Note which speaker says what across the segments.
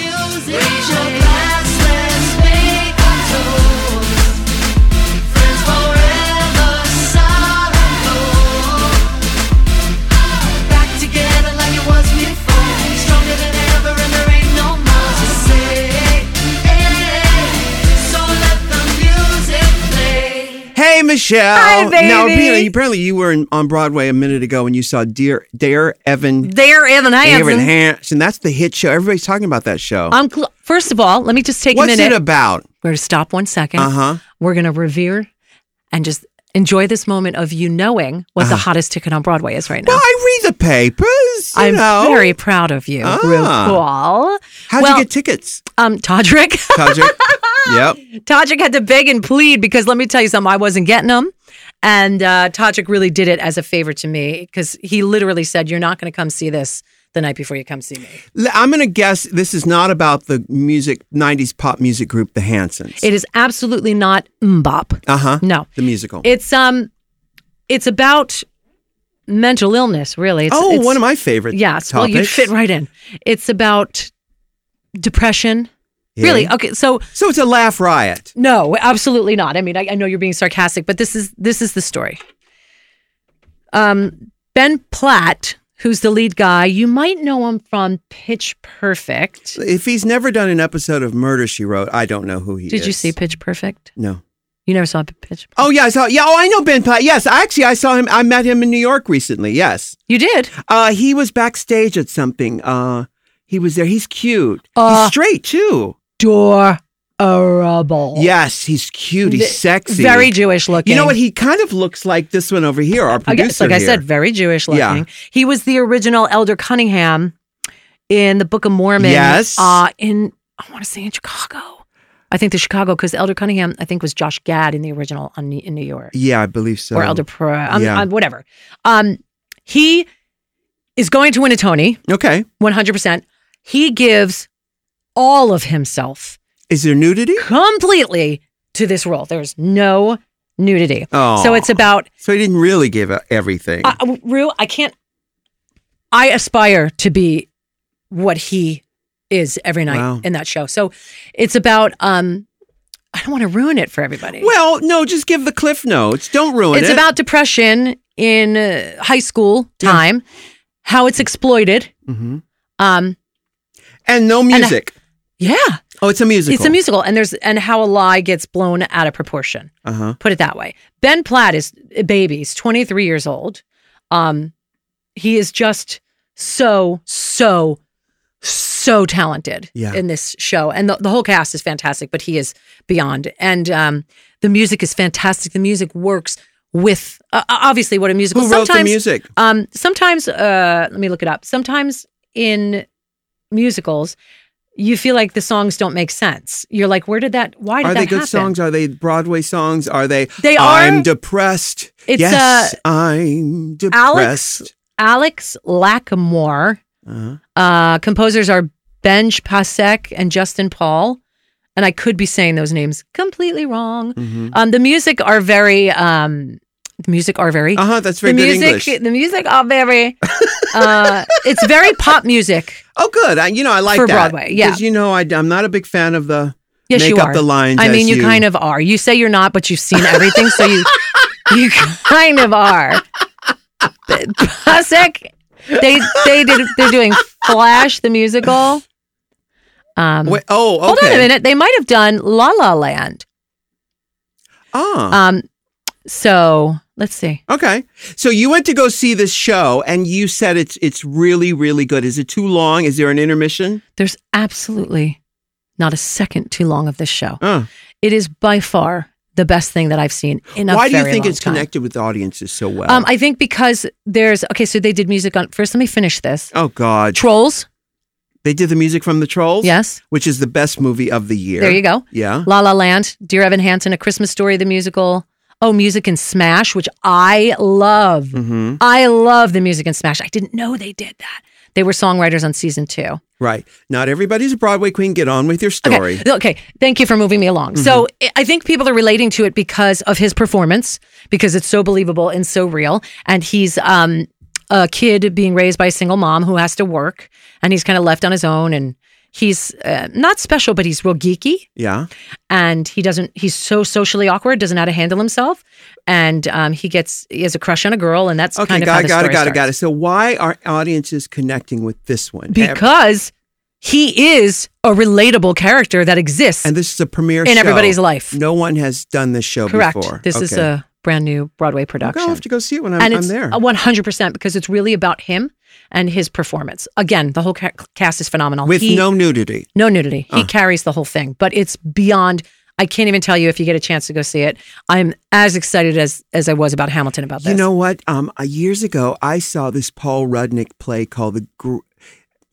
Speaker 1: Raise your glass, let's make a toast. Friends forever, solid gold back together like it was before. Stronger than ever, and there ain't no more to say. So let the music play.
Speaker 2: Hey, Michelle.
Speaker 3: Hi,
Speaker 2: Now,
Speaker 3: baby.
Speaker 2: apparently, apparently you were in, on Broadway a minute ago and you saw Dear, Dare Evan
Speaker 3: There, Evan Hansen.
Speaker 2: Aaron Hansen. That's the hit show. Everybody's talking about that show.
Speaker 3: I'm cl- First of all, let me just take
Speaker 2: What's
Speaker 3: a minute.
Speaker 2: it about?
Speaker 3: We're going to stop one second.
Speaker 2: Uh-huh.
Speaker 3: We're going to revere and just enjoy this moment of you knowing what
Speaker 2: Uh-huh.
Speaker 3: the hottest ticket on Broadway is right now.
Speaker 2: Well, I read the papers. You
Speaker 3: I'm
Speaker 2: know.
Speaker 3: very proud of you,
Speaker 2: Ah.
Speaker 3: RuPaul.
Speaker 2: How'd
Speaker 3: well,
Speaker 2: you get tickets,
Speaker 3: um, Todrick?
Speaker 2: Todrick? yep.
Speaker 3: Tajik had to beg and plead because let me tell you something, I wasn't getting them. And uh, Tajik really did it as a favor to me because he literally said, You're not going to come see this the night before you come see me.
Speaker 2: L- I'm going to guess this is not about the music, 90s pop music group, the Hansons.
Speaker 3: It is absolutely not mbop.
Speaker 2: uh huh.
Speaker 3: No.
Speaker 2: The musical.
Speaker 3: It's um it's about mental illness, really. It's,
Speaker 2: oh,
Speaker 3: it's,
Speaker 2: one of my favorite
Speaker 3: Yes.
Speaker 2: topics.
Speaker 3: Well, you fit right in. It's about depression.
Speaker 2: Yeah.
Speaker 3: Really? Okay. So
Speaker 2: So it's a laugh riot.
Speaker 3: No, absolutely not. I mean, I, I know you're being sarcastic, but this is this is the story. Um, Ben Platt, who's the lead guy, you might know him from Pitch Perfect.
Speaker 2: If he's never done an episode of Murder, She Wrote, I don't know who he is.
Speaker 3: Did you see Pitch Perfect?
Speaker 2: No.
Speaker 3: You never saw Pitch.
Speaker 2: Oh, yeah, I saw. Yeah, oh, I know Ben Platt. Yes, actually, I saw him. I met him in New York recently. Yes.
Speaker 3: You did.
Speaker 2: Uh, he was backstage at something. Uh, he was there. He's cute.
Speaker 3: Uh,
Speaker 2: he's straight, too.
Speaker 3: Adorable.
Speaker 2: Yes, he's cute. He's sexy.
Speaker 3: Very Jewish looking.
Speaker 2: You know what? He kind of looks like this one over here, our
Speaker 3: I
Speaker 2: producer.
Speaker 3: guess, like I
Speaker 2: here.
Speaker 3: said, very Jewish looking.
Speaker 2: Yeah.
Speaker 3: He was the original Elder Cunningham in the Book of Mormon.
Speaker 2: Yes.
Speaker 3: Uh, in, I want to say in Chicago. I think the Chicago, because Elder Cunningham, I think, was Josh Gad in the original on, in New York
Speaker 2: Yeah, I believe so.
Speaker 3: or Elder Pro, um,
Speaker 2: yeah.
Speaker 3: um, whatever. Um, he is going to win a Tony,
Speaker 2: Okay.
Speaker 3: 100%. He gives all of himself
Speaker 2: Is there nudity?
Speaker 3: completely to this role. There's no nudity.
Speaker 2: Oh.
Speaker 3: So it's Uh, about
Speaker 2: So he didn't really give a- everything.
Speaker 3: I, I- Rue, I can't. I aspire to be what he is every night
Speaker 2: Wow.
Speaker 3: in that show. So it's about. um I don't want to ruin it for everybody.
Speaker 2: well, no, just give the cliff notes. Don't ruin
Speaker 3: it's
Speaker 2: it.
Speaker 3: about depression in uh, high school time, how it's exploited.
Speaker 2: Mhm.
Speaker 3: Um,
Speaker 2: and no
Speaker 3: I-
Speaker 2: music.
Speaker 3: yeah,
Speaker 2: oh, it's a musical.
Speaker 3: uh, it's a musical, and there's and how a lie gets blown out of proportion.
Speaker 2: Uh huh.
Speaker 3: Put it that way. Ben Platt is a baby. He's 23 years old. Um, he is just so, so, so talented
Speaker 2: Yeah.
Speaker 3: in this show. And the, the whole cast is fantastic, but he is beyond. And um, the music is fantastic. The music works with, uh, obviously, what a musical.
Speaker 2: Who wrote the
Speaker 3: Sometimes-
Speaker 2: music?
Speaker 3: um, sometimes, uh, let me look it up. Sometimes in musicals, you feel like the songs don't make sense. You're like, where did that? Why did
Speaker 2: Are
Speaker 3: that
Speaker 2: they good
Speaker 3: happen?
Speaker 2: songs? Are they Broadway songs? Are they?
Speaker 3: They are.
Speaker 2: I'm depressed.
Speaker 3: It's, uh,
Speaker 2: yes, I'm depressed.
Speaker 3: Alex Lackamore.
Speaker 2: Uh-huh.
Speaker 3: Uh, composers are Benj Pasek and Justin Paul. And I could be saying those names completely wrong.
Speaker 2: Mhm.
Speaker 3: Um, the music are very. Um, the music are very.
Speaker 2: Uh-huh, that's very
Speaker 3: the
Speaker 2: good
Speaker 3: music.
Speaker 2: English.
Speaker 3: The music are very. uh, it's very pop music.
Speaker 2: Oh, good. I, you know, I like
Speaker 3: For
Speaker 2: that.
Speaker 3: Broadway, yeah.
Speaker 2: Because you know, I, am not a big fan of the
Speaker 3: Yes,
Speaker 2: make
Speaker 3: you
Speaker 2: up
Speaker 3: are.
Speaker 2: the lines.
Speaker 3: I
Speaker 2: as
Speaker 3: mean, you, kind of are. You say you're not, but you've seen everything, so you you kind of are. But Pasek, they they did they're doing Flash the musical. Um,
Speaker 2: Wait, oh, okay.
Speaker 3: hold on a minute. They might have done La La Land.
Speaker 2: Ah.
Speaker 3: Um, so let's see.
Speaker 2: Okay. So you went to go see this show and you said it's it's really really good. Is it too long? Is there an intermission?
Speaker 3: There's absolutely not a second too long of this show.
Speaker 2: Uh,
Speaker 3: It is by far the best thing that I've seen in a
Speaker 2: why do you
Speaker 3: very
Speaker 2: think
Speaker 3: long
Speaker 2: it's
Speaker 3: time.
Speaker 2: connected with audiences so well?
Speaker 3: Um, I think because there's okay. So they did music on first. Let me finish this.
Speaker 2: oh god.
Speaker 3: Trolls.
Speaker 2: they did the music from The Trolls?
Speaker 3: Yes.
Speaker 2: Which is the best movie of the year.
Speaker 3: There you go.
Speaker 2: Yeah.
Speaker 3: La La Land, Dear Evan Hansen, A Christmas Story, the musical. Oh, Music and Smash, which I love.
Speaker 2: Mhm.
Speaker 3: I love the Music and Smash. I didn't know they did that. They were songwriters on season two.
Speaker 2: Right. Not everybody's a Broadway queen. Get on with your story.
Speaker 3: Okay. Okay. Thank you for moving me along. So
Speaker 2: Mm-hmm.
Speaker 3: I- I think people are relating to it because of his performance, because it's so believable and so real. And he's um, a kid being raised by a single mom who has to work, and he's kind of left on his own, and he's uh, not special, but he's real geeky,
Speaker 2: Yeah.
Speaker 3: and he doesn't. He's so socially awkward, doesn't know how to handle himself, and um, he gets he has a crush on a girl, and that's
Speaker 2: Okay,
Speaker 3: kind of how
Speaker 2: got
Speaker 3: the
Speaker 2: it, got it, got
Speaker 3: story
Speaker 2: it,
Speaker 3: starts.
Speaker 2: got it. So why are audiences connecting with this one?
Speaker 3: because he is a relatable character that exists
Speaker 2: and this is a premiere
Speaker 3: in
Speaker 2: show.
Speaker 3: everybody's life.
Speaker 2: No one has done this show
Speaker 3: Correct.
Speaker 2: before.
Speaker 3: This is
Speaker 2: Okay.
Speaker 3: a brand new Broadway
Speaker 2: Okay,
Speaker 3: production.
Speaker 2: I'll have to go see it when I'm,
Speaker 3: and
Speaker 2: I'm
Speaker 3: it's
Speaker 2: there.
Speaker 3: 100% because it's really about him and his performance. Again, the whole ca- cast is phenomenal.
Speaker 2: With
Speaker 3: He-
Speaker 2: no Ah. nudity.
Speaker 3: no nudity. He carries the whole thing, but it's beyond I can't even tell you if you get a chance to go see it. I'm as excited as as I was about Hamilton about this.
Speaker 2: You know what? Um, uh, years ago, I saw this Paul Rudnick play called the. Gr-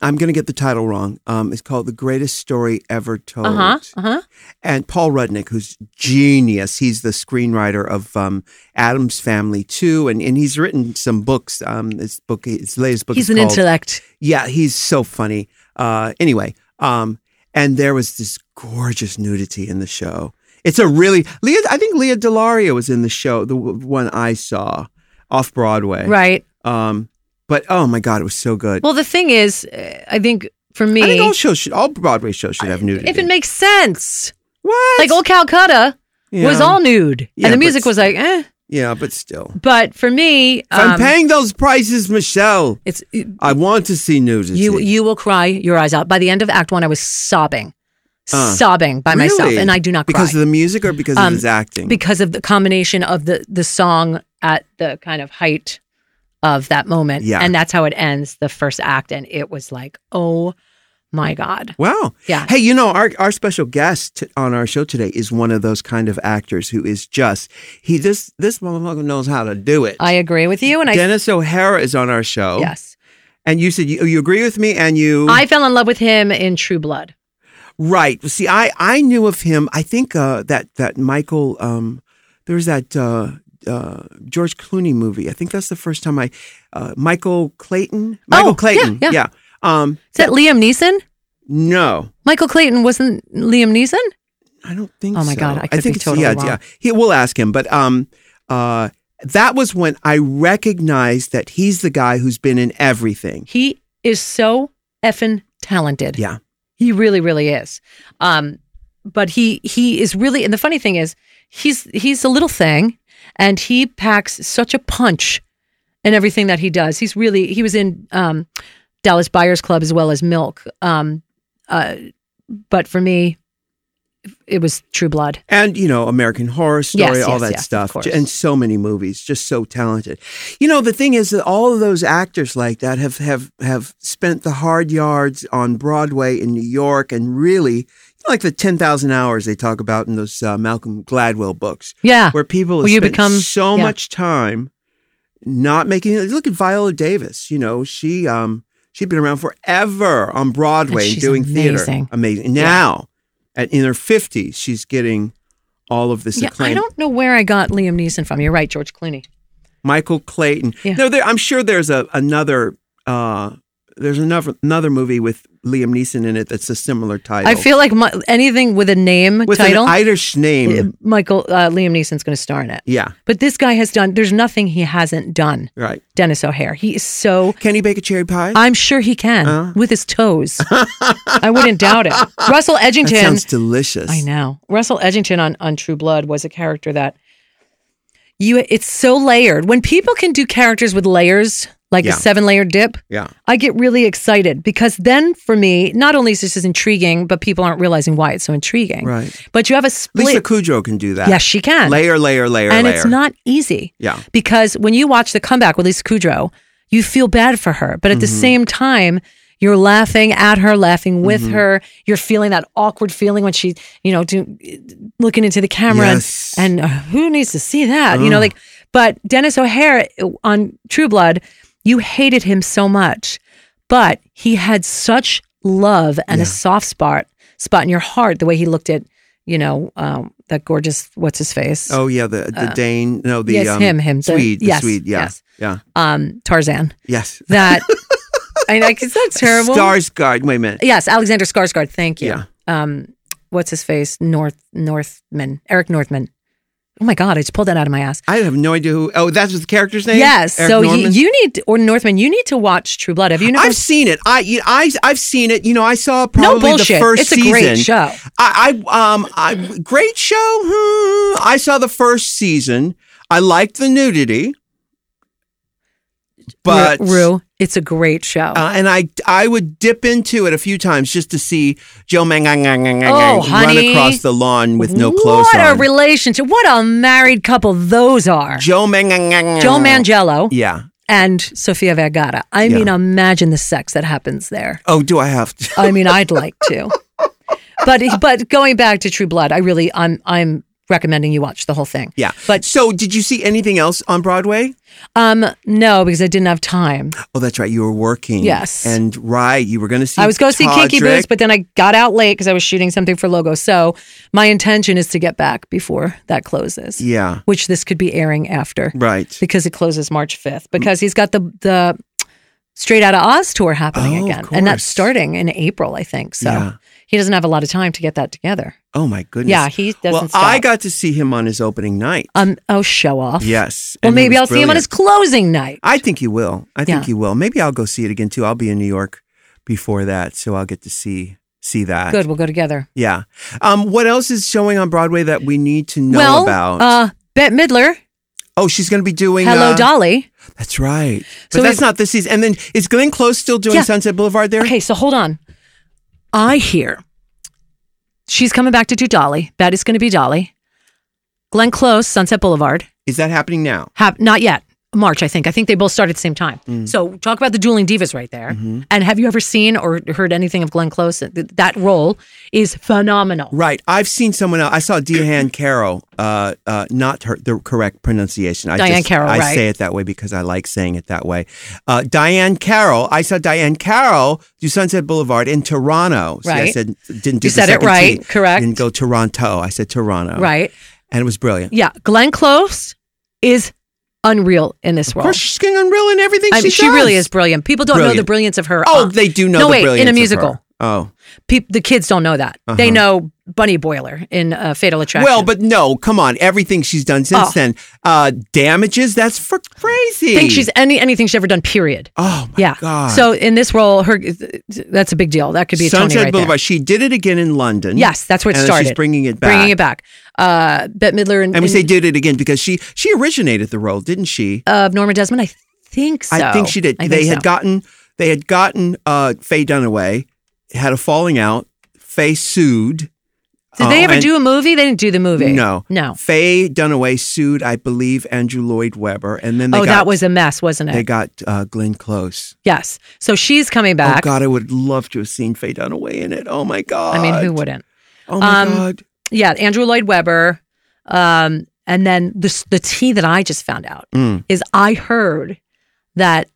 Speaker 2: I'm going to get the title wrong. Um, it's called "The Greatest Story Ever Told."
Speaker 3: uh-huh. Uh-huh.
Speaker 2: And Paul Rudnick, who's genius, he's the screenwriter of um, Adam's Family too, and, and he's written some books. Um, his book, his latest book,
Speaker 3: He's
Speaker 2: is
Speaker 3: an
Speaker 2: called-
Speaker 3: intellect.
Speaker 2: Yeah, he's so funny. Uh, anyway, um, and there was this gorgeous nudity in the show. It's a really Leah. I think Leah Delaria was in the show, the w- one I saw off Broadway.
Speaker 3: Right.
Speaker 2: Um, but oh my god, it was so good.
Speaker 3: Well, the thing is, uh, I think for me
Speaker 2: I think all shows should, all Broadway shows should have nudity.
Speaker 3: if it makes sense.
Speaker 2: what?
Speaker 3: Like old Calcutta
Speaker 2: yeah.
Speaker 3: was all nude
Speaker 2: Yeah,
Speaker 3: and the
Speaker 2: but
Speaker 3: music was like, "Eh."
Speaker 2: Yeah, but still,
Speaker 3: But for me,
Speaker 2: if
Speaker 3: um,
Speaker 2: I'm paying those prices, Michelle.
Speaker 3: it's
Speaker 2: I want to see nudity.
Speaker 3: You you will cry your eyes out. By the end of Act One, I was sobbing,
Speaker 2: Uh,
Speaker 3: sobbing by myself,
Speaker 2: Really?
Speaker 3: and I do not cry
Speaker 2: because of the music or because of
Speaker 3: Um,
Speaker 2: his acting.
Speaker 3: because of the combination of the the song at the kind of height of that moment,
Speaker 2: Yeah.
Speaker 3: and that's how it ends the first act, and it was like, oh my god,
Speaker 2: Wow.
Speaker 3: Yeah.
Speaker 2: Hey, you know, our, our special guest t- on our show today is one of those kind of actors who is just, he this this motherfucker knows how to do it.
Speaker 3: I agree with you, and I
Speaker 2: Dennis O'Hara is on our show.
Speaker 3: yes,
Speaker 2: And you said you, you agree with me and you.
Speaker 3: I fell in love with him in True Blood.
Speaker 2: Right. See, I, I knew of him. I think uh, that, that Michael, um, there was that uh, uh, George Clooney movie. I think that's the first time I, uh, Michael Clayton. Michael
Speaker 3: Oh, yeah,
Speaker 2: Clayton.
Speaker 3: yeah.
Speaker 2: Um,
Speaker 3: Is that Liam Neeson?
Speaker 2: no.
Speaker 3: Michael Clayton wasn't Liam Neeson.
Speaker 2: I don't think.
Speaker 3: Oh my God,
Speaker 2: so.
Speaker 3: I could be
Speaker 2: think it's-
Speaker 3: totally
Speaker 2: yeah,
Speaker 3: wrong.
Speaker 2: yeah. He, we'll ask him, but um, uh, that was when I recognized that he's the guy who's been in everything.
Speaker 3: He is so effing talented.
Speaker 2: Yeah,
Speaker 3: He really, really is. Um, but he he is really, and the funny thing is, he's he's a little thing, and he packs such a punch in everything that he does. He's really he was in um, Dallas Buyers Club as well as Milk. Um, uh, but for me, it was True Blood.
Speaker 2: and you know, American Horror Story,
Speaker 3: Yes,
Speaker 2: all
Speaker 3: yes,
Speaker 2: that
Speaker 3: yes, of
Speaker 2: stuff,
Speaker 3: course.
Speaker 2: and so many movies. Just so talented. You know, the thing is that all of those actors like that have have have spent the hard yards on Broadway in New York, and really you know, like the ten thousand hours they talk about in those uh, Malcolm Gladwell books.
Speaker 3: Yeah,
Speaker 2: where people have
Speaker 3: Well, you
Speaker 2: spent
Speaker 3: become-
Speaker 2: so
Speaker 3: yeah.
Speaker 2: much time not making it. Look at Viola Davis. You know, she um she'd been around forever on Broadway
Speaker 3: And she's
Speaker 2: doing theater.
Speaker 3: amazing.
Speaker 2: Amazing. Now, at in her fifties, she's getting all of this
Speaker 3: yeah.
Speaker 2: acclaim.
Speaker 3: I don't know where I got Liam Neeson from. You're right, George Clooney.
Speaker 2: Michael Clayton.
Speaker 3: Yeah.
Speaker 2: No, there, I'm sure there's a another. uh there's another another movie with Liam Neeson in it that's a similar title.
Speaker 3: I feel like my, anything with a name
Speaker 2: with
Speaker 3: title,
Speaker 2: an Irish name.
Speaker 3: Michael uh, Liam Neeson's going to star in it.
Speaker 2: yeah,
Speaker 3: But this guy has done, there's nothing he hasn't done,
Speaker 2: right.
Speaker 3: Dennis O'Hare. He is so,
Speaker 2: Can he bake a cherry pie?
Speaker 3: I'm sure he can
Speaker 2: Uh.
Speaker 3: with his toes. I wouldn't doubt it. Russell
Speaker 2: that
Speaker 3: Edgington.
Speaker 2: sounds delicious.
Speaker 3: I know. Russell Edgington on, on True Blood was a character that you, it's so layered. When people can do characters with layers, like
Speaker 2: Yeah.
Speaker 3: the seven layer dip,
Speaker 2: Yeah.
Speaker 3: I get really excited because then for me, not only is this is intriguing, but people aren't realizing why it's so intriguing.
Speaker 2: Right.
Speaker 3: But you have a split.
Speaker 2: Lisa Kudrow can do that.
Speaker 3: yes, she can.
Speaker 2: Layer, layer, layer,
Speaker 3: and
Speaker 2: layer.
Speaker 3: it's not easy.
Speaker 2: Yeah.
Speaker 3: Because when you watch the comeback with Lisa Kudrow, you feel bad for her, but at the
Speaker 2: Mm-hmm.
Speaker 3: same time, you're laughing at her, laughing with her. You're feeling that awkward feeling when she, you know, do, looking into the camera, and-
Speaker 2: Yes.
Speaker 3: and, uh, who needs to see that? You know, like. But Dennis O'Hare uh, on True Blood, you hated him so much, but he had such love and a soft spot spot in your heart. The way he looked at, you know, um, that gorgeous what's his face,
Speaker 2: Oh yeah, the the Dane. No, the
Speaker 3: uh, yes,
Speaker 2: um,
Speaker 3: him, him, the-
Speaker 2: Swede, the
Speaker 3: yes,
Speaker 2: Swede. Yeah,
Speaker 3: yes.
Speaker 2: yeah,
Speaker 3: um, Tarzan.
Speaker 2: yes.
Speaker 3: That I like. Is that terrible?
Speaker 2: Skarsgård. Wait a minute.
Speaker 3: yes, Alexander Skarsgård. Thank you.
Speaker 2: Yeah.
Speaker 3: Um, what's his face? North Northman. Eric Northman. Oh my God, I just pulled that out of my ass.
Speaker 2: I have no idea who. Oh, that's what the character's name.
Speaker 3: Yes.
Speaker 2: Eric
Speaker 3: so you,
Speaker 2: Norman?
Speaker 3: you need, or Northman, you need to watch True Blood. Have you never?
Speaker 2: I've seen it. I, you- I I've seen it. You know, I saw
Speaker 3: no
Speaker 2: probably
Speaker 3: bullshit.
Speaker 2: the first
Speaker 3: it's a
Speaker 2: season.
Speaker 3: great show.
Speaker 2: I, I um I great show. Hmm. I saw the first season. I liked the nudity, but
Speaker 3: Rue, it's a great show.
Speaker 2: Uh, and I I would dip into it a few times just to see Joe Mang Mang Mang Mang
Speaker 3: Oh,
Speaker 2: Mang run
Speaker 3: honey.
Speaker 2: across the lawn with no clothes
Speaker 3: What a
Speaker 2: on.
Speaker 3: relationship. What a married couple those are.
Speaker 2: Joe Mang Mang Mang Mang.
Speaker 3: Joe Mangello
Speaker 2: Yeah.
Speaker 3: and Sofia Vergara. I
Speaker 2: Yeah.
Speaker 3: mean, imagine the sex that happens there.
Speaker 2: Oh, do I have to?
Speaker 3: I mean, I'd like to. But but going back to True Blood, I really I'm I'm recommending you watch the whole thing.
Speaker 2: Yeah.
Speaker 3: But
Speaker 2: So, did you see anything else on Broadway?
Speaker 3: um no, because I didn't have time.
Speaker 2: Oh, that's right. You were working.
Speaker 3: Yes.
Speaker 2: And right, you were going to see.
Speaker 3: I was going to see Kinky
Speaker 2: Todrick.
Speaker 3: Boots, but then I got out late because I was shooting something for Logo. So my intention is to get back before that closes,
Speaker 2: yeah.
Speaker 3: which this could be airing after
Speaker 2: Right.
Speaker 3: because it closes March 5th because he's got the the Straight Out of Oz tour happening
Speaker 2: Oh, of
Speaker 3: again. And that's
Speaker 2: course.
Speaker 3: starting in April, I think. So
Speaker 2: Yeah.
Speaker 3: he doesn't have a lot of time to get that together.
Speaker 2: Oh my goodness.
Speaker 3: Yeah, he doesn't
Speaker 2: Well,
Speaker 3: stop.
Speaker 2: I got to see him on his opening night.
Speaker 3: Um, oh, show off.
Speaker 2: yes.
Speaker 3: Well,
Speaker 2: and he
Speaker 3: maybe
Speaker 2: was
Speaker 3: I'll see him on
Speaker 2: brilliant.
Speaker 3: his closing night.
Speaker 2: I think he will. I think
Speaker 3: Yeah.
Speaker 2: he will. Maybe I'll go see it again too. I'll be in New York before that, so I'll get to see see that.
Speaker 3: Good, we'll go together.
Speaker 2: Yeah. Um, what else is showing on Broadway that we need to know
Speaker 3: well,
Speaker 2: about?
Speaker 3: uh, Bette Midler,
Speaker 2: oh, she's going to be doing.
Speaker 3: Hello
Speaker 2: uh,
Speaker 3: Dolly.
Speaker 2: That's right. But
Speaker 3: So
Speaker 2: that's
Speaker 3: we've-
Speaker 2: not this season. And then is Glenn Close still doing
Speaker 3: Yeah.
Speaker 2: Sunset Boulevard there?
Speaker 3: Okay, so hold on. I hear she's coming back to do Dolly. That is going to be Dolly. Glenn Close, Sunset Boulevard.
Speaker 2: Is that happening now?
Speaker 3: Have not yet. March, I think. I think they both start at the same time.
Speaker 2: Mm.
Speaker 3: So talk about the dueling divas right there.
Speaker 2: Mm-hmm.
Speaker 3: And have you ever seen or heard anything of Glenn Close? Th- That role is phenomenal.
Speaker 2: Right. I've seen someone else. I saw Deanne Carroll. Uh, uh, not her the correct pronunciation. I
Speaker 3: Diane
Speaker 2: just,
Speaker 3: Carroll,
Speaker 2: I
Speaker 3: right.
Speaker 2: say it that way because I like saying it that way. Uh, Diane Carroll. I saw Diane Carroll do Sunset Boulevard in Toronto. See, I
Speaker 3: Right.
Speaker 2: said didn't do. the
Speaker 3: You said it
Speaker 2: second
Speaker 3: right,
Speaker 2: T.
Speaker 3: correct.
Speaker 2: Didn't go Toronto. I said Toronto.
Speaker 3: Right?
Speaker 2: And it was brilliant.
Speaker 3: Yeah. Glenn Close is unreal in this
Speaker 2: Of
Speaker 3: role.
Speaker 2: course, she's getting unreal in everything
Speaker 3: I mean,
Speaker 2: she
Speaker 3: she really
Speaker 2: does.
Speaker 3: is brilliant. People don't know the
Speaker 2: Brilliant.
Speaker 3: brilliance of her.
Speaker 2: Oh,
Speaker 3: uh,
Speaker 2: they do know.
Speaker 3: No,
Speaker 2: the
Speaker 3: wait, in a
Speaker 2: brilliance of her.
Speaker 3: musical.
Speaker 2: Oh.
Speaker 3: peop the kids don't know that. They
Speaker 2: Uh-huh.
Speaker 3: know Bunny Boiler in uh, Fatal Attraction.
Speaker 2: Well, but no, come on. Everything she's done since
Speaker 3: Oh.
Speaker 2: then, uh, damages. That's for crazy.
Speaker 3: think she's any anything she's ever done. Period.
Speaker 2: Oh my
Speaker 3: yeah.
Speaker 2: god.
Speaker 3: So in this role, her that's a big deal. That could be a
Speaker 2: Sunset
Speaker 3: Tony right
Speaker 2: Boulevard.
Speaker 3: there.
Speaker 2: She did it again in London.
Speaker 3: Yes, that's where it
Speaker 2: and
Speaker 3: started.
Speaker 2: She's bringing it back.
Speaker 3: Bringing it back. Uh, Bette Midler and,
Speaker 2: And we say did it again because she she originated the role, didn't she?
Speaker 3: uh, Norma Desmond. I think so.
Speaker 2: I think she did.
Speaker 3: I
Speaker 2: they
Speaker 3: think
Speaker 2: had
Speaker 3: so.
Speaker 2: gotten they had gotten uh, Faye Dunaway had a falling out. Faye sued.
Speaker 3: Did
Speaker 2: Oh,
Speaker 3: they ever
Speaker 2: and-
Speaker 3: do a movie? They didn't do the movie.
Speaker 2: No,
Speaker 3: No.
Speaker 2: Faye Dunaway sued, I believe, Andrew Lloyd Webber, and then they
Speaker 3: Oh,
Speaker 2: got,
Speaker 3: that was a mess, wasn't it?
Speaker 2: they got uh, Glenn Close.
Speaker 3: yes. So she's coming
Speaker 2: Oh
Speaker 3: back.
Speaker 2: God, I would love to have seen Faye Dunaway in it. Oh my God.
Speaker 3: I mean, who wouldn't?
Speaker 2: Oh my
Speaker 3: um,
Speaker 2: God.
Speaker 3: Yeah, Andrew Lloyd Webber. Um, and then the the tea that I just found out
Speaker 2: Mm.
Speaker 3: is I heard that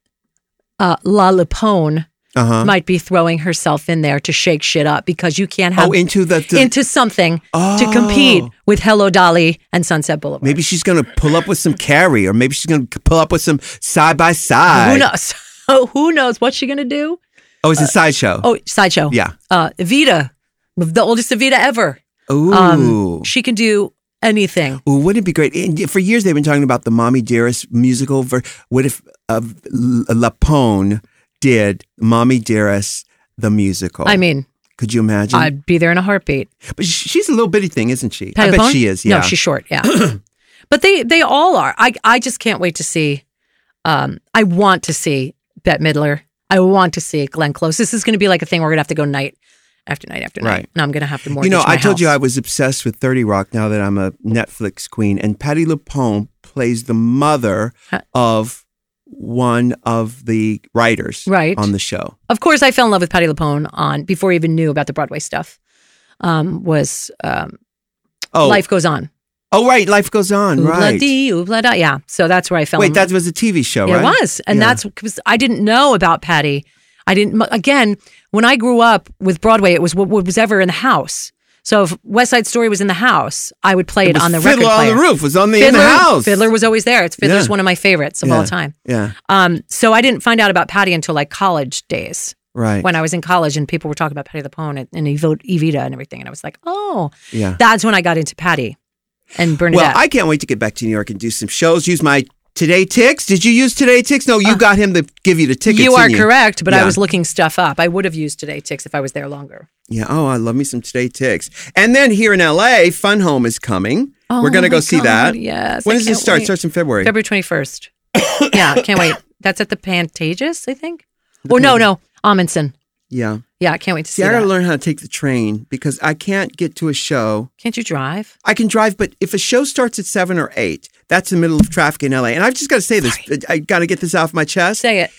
Speaker 3: uh, La Lipone
Speaker 2: Uh huh.
Speaker 3: might be throwing herself in there to shake shit up because you can't have
Speaker 2: Oh, into the, the
Speaker 3: into something to compete
Speaker 2: Oh.
Speaker 3: with Hello Dolly and Sunset Boulevard.
Speaker 2: Maybe she's going to pull up with some carry, or maybe she's going to pull up with some side by
Speaker 3: who
Speaker 2: side.
Speaker 3: knows? So who knows what's she gonna do?
Speaker 2: Oh, it's a sideshow.
Speaker 3: Oh, sideshow.
Speaker 2: yeah.
Speaker 3: Uh, Evita, the oldest Evita ever.
Speaker 2: Ooh.
Speaker 3: Um, she can do anything.
Speaker 2: Ooh, wouldn't it be great? And for years, they've been talking about the Mommy Dearest musical. Ver- what if uh, L- Lapone did Mommy Dearest the musical?
Speaker 3: I mean,
Speaker 2: could you imagine?
Speaker 3: I'd be there in a heartbeat.
Speaker 2: but sh- she's a little bitty thing, isn't she?
Speaker 3: Patty
Speaker 2: I bet
Speaker 3: LuPone?
Speaker 2: she is. Yeah.
Speaker 3: No, she's short. Yeah. but they they all are. I I just can't wait to see. Um, I want to see Bette Midler. I want to see Glenn Close. This is going to be like a thing we're going to have to go night after night after night,
Speaker 2: Right.
Speaker 3: and I'm going to have to mortgage.
Speaker 2: you know,
Speaker 3: my
Speaker 2: I told you I
Speaker 3: house.
Speaker 2: was obsessed with 30 Rock now that I'm a Netflix queen. And Patty LuPone plays the mother
Speaker 3: Huh.
Speaker 2: of one of the writers
Speaker 3: Right.
Speaker 2: on the show.
Speaker 3: Of course, I fell in love with Patty LuPone on before I even knew about the Broadway stuff. Um, was um,
Speaker 2: Oh,
Speaker 3: Life Goes On?
Speaker 2: oh right. Life Goes On,
Speaker 3: Ooh, blah,
Speaker 2: right.
Speaker 3: dee, ooh, blah, da. Yeah, so that's where I fell. in
Speaker 2: Wait, that was a TV show,
Speaker 3: Yeah,
Speaker 2: right?
Speaker 3: It was, and
Speaker 2: Yeah.
Speaker 3: that's because I didn't know about Patty. I didn't. Again, when I grew up with Broadway, it was what what was ever in the house. So if West Side Story was in the house, I would play it,
Speaker 2: was
Speaker 3: on the
Speaker 2: Fiddler
Speaker 3: record
Speaker 2: on
Speaker 3: player.
Speaker 2: the Roof was on the, in
Speaker 3: Fiddler,
Speaker 2: the house.
Speaker 3: Fiddler was always there. It's Fiddler's
Speaker 2: Yeah.
Speaker 3: one of my favorites of
Speaker 2: Yeah.
Speaker 3: all time.
Speaker 2: Yeah,
Speaker 3: Um, so I didn't find out about Patty until like college days
Speaker 2: right.
Speaker 3: when I was in college and people were talking about Patty LuPone and, and Evo- Evita and everything, and I was like, oh,
Speaker 2: yeah.
Speaker 3: that's when I got into Patty. and Bernadette.
Speaker 2: Well, I can't wait to get back to New York and do some shows. Use my Today Ticks. Did you use Today Ticks? No, you got him to give you the tickets.
Speaker 3: Uh, you are
Speaker 2: didn't
Speaker 3: correct, but
Speaker 2: Yeah.
Speaker 3: I was looking stuff up. I would have used today ticks if I was there longer.
Speaker 2: Yeah. Oh, I love me some Today Ticks. And then here in LA, Fun Home is coming. We're going to
Speaker 3: Oh, my
Speaker 2: go see
Speaker 3: God,
Speaker 2: that.
Speaker 3: Yes.
Speaker 2: When
Speaker 3: I
Speaker 2: does it
Speaker 3: can't
Speaker 2: start?
Speaker 3: wait.
Speaker 2: It starts in February.
Speaker 3: February twenty first. yeah, can't wait. That's at the Pantages, I think. Or no, no, Amundsen.
Speaker 2: Yeah.
Speaker 3: Yeah, I can't wait to see
Speaker 2: See, I got
Speaker 3: that.
Speaker 2: to learn how to take the train because I can't get to a show.
Speaker 3: Can't you drive?
Speaker 2: I can drive, but if a show starts at seven or eight, that's the middle of traffic in LA. And I've just got to say this. I got to get this off my chest.
Speaker 3: Say it.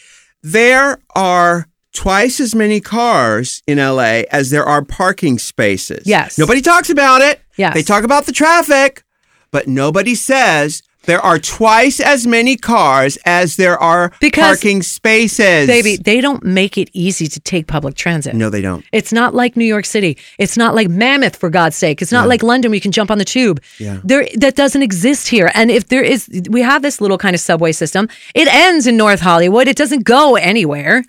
Speaker 2: there are twice as many cars in LA as there are parking spaces.
Speaker 3: Yes.
Speaker 2: Nobody talks about it.
Speaker 3: Yes.
Speaker 2: They talk about the traffic, but nobody says there are twice as many cars as there are
Speaker 3: Because-
Speaker 2: parking spaces.
Speaker 3: Baby, they don't make it easy to take public transit.
Speaker 2: No, they don't.
Speaker 3: It's not like New York City. It's not like Mammoth, for God's sake. It's not like London where you can jump on the tube.
Speaker 2: Yeah.
Speaker 3: There that doesn't exist here. And if there is we have this little kind of subway system. It ends in North Hollywood. It doesn't go anywhere.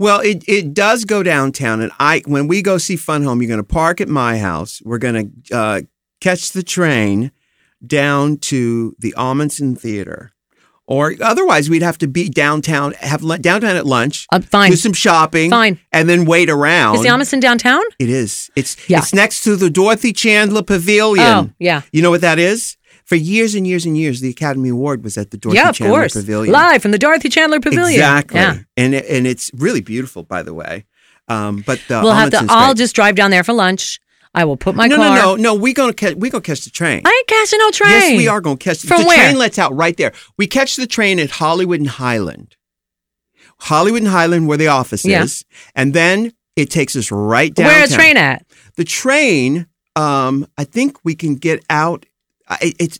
Speaker 2: Well, it, it does go downtown, and I when we go see Fun Home, you're going to park at my house. We're going to uh, catch the train down to the Amundsen Theater, or otherwise we'd have to be downtown, have lun- downtown at lunch,
Speaker 3: I'm Uh, fine.
Speaker 2: do some shopping,
Speaker 3: Fine.
Speaker 2: and then wait around.
Speaker 3: Is the Amundsen downtown?
Speaker 2: It is. It's
Speaker 3: Yeah.
Speaker 2: it's next to the Dorothy Chandler Pavilion.
Speaker 3: Oh, yeah.
Speaker 2: You know what that is? For years and years and years, the Academy Award was at the Dorothy
Speaker 3: yeah, of
Speaker 2: Chandler
Speaker 3: course.
Speaker 2: Pavilion.
Speaker 3: Live from the Dorothy Chandler Pavilion.
Speaker 2: Exactly.
Speaker 3: Yeah.
Speaker 2: And it- and it's really beautiful, by the way. Um, but the
Speaker 3: We'll have to
Speaker 2: Amundsen's
Speaker 3: I'll
Speaker 2: great.
Speaker 3: just drive down there for lunch. I will put my
Speaker 2: no,
Speaker 3: car.
Speaker 2: no, no, no. We gonna catch. We gonna catch the train.
Speaker 3: I ain't catching no train.
Speaker 2: Yes, we are gonna catch the,
Speaker 3: From
Speaker 2: the
Speaker 3: where?
Speaker 2: train. Lets out right there. We catch the train at Hollywood and Highland. Hollywood and Highland, where the office
Speaker 3: Yeah.
Speaker 2: is, and then it takes us right down.
Speaker 3: Where a train at?
Speaker 2: The train. Um, I think we can get out. I, it's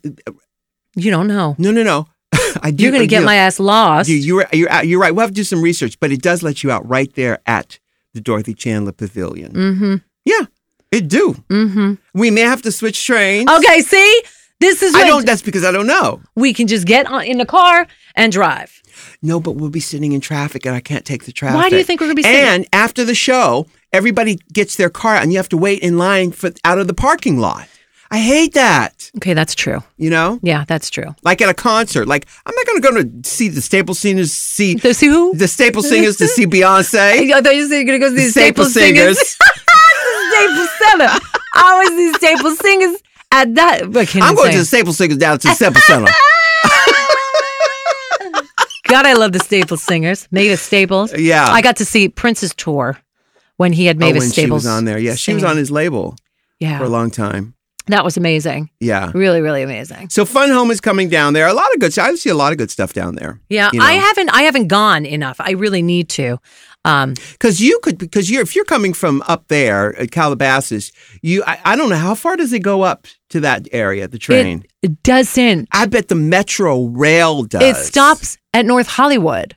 Speaker 3: You don't know.
Speaker 2: no, no, no. I do,
Speaker 3: You're gonna get
Speaker 2: you-
Speaker 3: my ass lost.
Speaker 2: You, you're, you're, out- you're right. We'll have to do some research, but it does let you out right there at the Dorothy Chandler Pavilion.
Speaker 3: mm-hmm.
Speaker 2: Yeah, it do.
Speaker 3: Mm-hmm. Oh,
Speaker 2: We may have to switch trains.
Speaker 3: Okay, see? This is
Speaker 2: I
Speaker 3: what
Speaker 2: don't. That's because I don't know.
Speaker 3: we can just get on, in the car and drive.
Speaker 2: No, but we'll be sitting in traffic, and I can't take the traffic.
Speaker 3: Why do you think we're gonna be sitting-
Speaker 2: And after the show, everybody gets their car, and you have to wait in line for out of the parking lot. I hate that.
Speaker 3: Okay, that's true.
Speaker 2: You know,
Speaker 3: Yeah, that's true.
Speaker 2: like at a concert. Like I'm not going to go to see the Staple Singers see
Speaker 3: So see who?
Speaker 2: the Staple Singers to see Beyonce.
Speaker 3: I thought you said you're gonna go see the
Speaker 2: Staple
Speaker 3: Staples Singers. Staples Center. I was the Staples Singers at that. But can
Speaker 2: I'm
Speaker 3: you
Speaker 2: going
Speaker 3: say-
Speaker 2: to the Staples Singers down to the Staples Center.
Speaker 3: God, I love the Staples Singers. Mavis Staples.
Speaker 2: Yeah.
Speaker 3: I got to see Prince's tour when he had Mavis
Speaker 2: oh, when she
Speaker 3: Staples Oh.
Speaker 2: was on there. Yeah, she was
Speaker 3: singing.
Speaker 2: on his label
Speaker 3: Yeah,
Speaker 2: for a long time.
Speaker 3: that was amazing.
Speaker 2: Yeah.
Speaker 3: Really, really amazing.
Speaker 2: So Fun Home is coming down there. A lot of good. stuff. I see a lot of good stuff down there.
Speaker 3: Yeah, I haven't. I haven't gone enough. I really need to. Um,
Speaker 2: because you could because you're if you're coming from up there at Calabasas, you I, I don't know how far does it go up to that area the train.
Speaker 3: it, it doesn't.
Speaker 2: I bet the Metro Rail does.
Speaker 3: It stops at North Hollywood.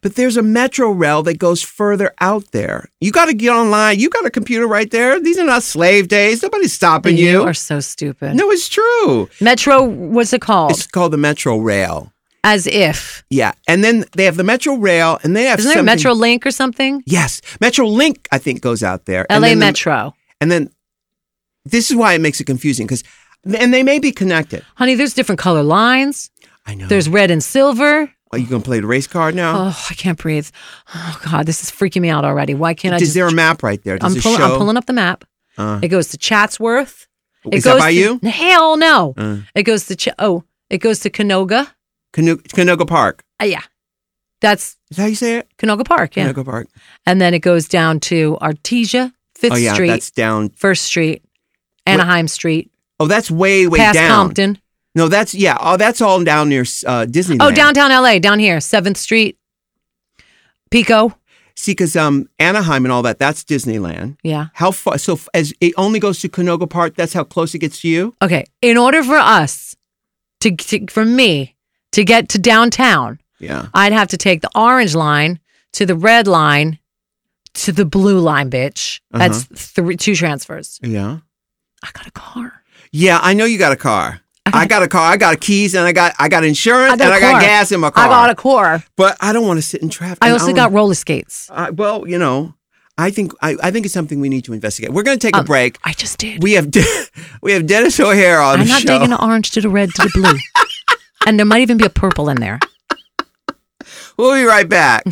Speaker 2: but there's a Metro Rail that goes further out there. You got to get online. You got a computer right there. These are not slave days. Nobody's stopping you.
Speaker 3: are so stupid.
Speaker 2: no, it's true.
Speaker 3: Metro, what's it called?
Speaker 2: It's called the Metro Rail.
Speaker 3: As if.
Speaker 2: Yeah, and then they have the Metro Rail, and they have
Speaker 3: Isn't there a
Speaker 2: something-
Speaker 3: Metro Link or something?
Speaker 2: Yes, Metro Link I think goes out there. And
Speaker 3: LA
Speaker 2: then the-
Speaker 3: Metro.
Speaker 2: and then this is why it makes it confusing because and they may be connected.
Speaker 3: Honey, there's different color lines.
Speaker 2: I know.
Speaker 3: There's red and silver.
Speaker 2: Are you gonna play the race card now?
Speaker 3: Oh, I can't breathe. Oh God, this is freaking me out already. Why can't I
Speaker 2: Is
Speaker 3: just
Speaker 2: there a map right there? Does
Speaker 3: I'm
Speaker 2: it
Speaker 3: pulling
Speaker 2: show?
Speaker 3: I'm pulling up the map.
Speaker 2: Uh.
Speaker 3: It goes to Chatsworth. It
Speaker 2: Is that
Speaker 3: goes
Speaker 2: by
Speaker 3: to,
Speaker 2: you?
Speaker 3: Hell no.
Speaker 2: Uh.
Speaker 3: It goes to Ch- oh, it goes to Canoga.
Speaker 2: Cano- Canoga Park.
Speaker 3: Uh, yeah. That's
Speaker 2: Is that how you say it?
Speaker 3: Canoga Park, yeah.
Speaker 2: Canoga Park.
Speaker 3: And then it goes down to Artesia, Fifth
Speaker 2: oh yeah,
Speaker 3: Street,
Speaker 2: that's down.
Speaker 3: First Street, Anaheim Street,
Speaker 2: Oh, that's way way
Speaker 3: past
Speaker 2: down.
Speaker 3: Compton.
Speaker 2: No, that's yeah. Oh, that's all down near uh, Disneyland.
Speaker 3: Oh, downtown LA, down here, Seventh Street, Pico.
Speaker 2: See, because um, Anaheim and all that. That's Disneyland.
Speaker 3: Yeah.
Speaker 2: How far? So f- as it only goes to Canoga Park. That's how close it gets to you.
Speaker 3: Okay. In order for us to, to for me to get to downtown,
Speaker 2: Yeah.
Speaker 3: I'd have to take the orange line to the red line to the blue line, bitch. That's
Speaker 2: Uh-huh.
Speaker 3: three, two transfers.
Speaker 2: Yeah.
Speaker 3: I got a car.
Speaker 2: Yeah, I know you got a car. I got a car. I got keys, and I got I got insurance,
Speaker 3: I got
Speaker 2: and
Speaker 3: a
Speaker 2: I got
Speaker 3: car.
Speaker 2: gas in my car.
Speaker 3: I got a car.
Speaker 2: but I don't want to sit in traffic.
Speaker 3: I
Speaker 2: And
Speaker 3: also
Speaker 2: don't-
Speaker 3: got roller skates.
Speaker 2: I, well, you know, I think I, I think it's something we need to investigate. We're going to take a
Speaker 3: Um,
Speaker 2: break.
Speaker 3: I just did.
Speaker 2: We have we have Dennis O'Hare on
Speaker 3: I'm
Speaker 2: the
Speaker 3: not
Speaker 2: show.
Speaker 3: taking the orange to the red to the blue. and there might even be a purple in there.
Speaker 2: we'll be right back.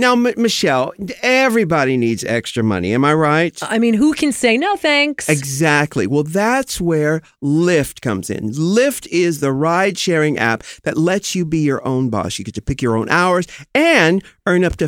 Speaker 2: now, M- Michelle, everybody needs extra money. Am I right?
Speaker 3: I mean, who can say no thanks?
Speaker 2: Exactly. Well, that's where Lyft comes in. Lyft is the ride sharing app that lets you be your own boss. You get to pick your own hours and earn up to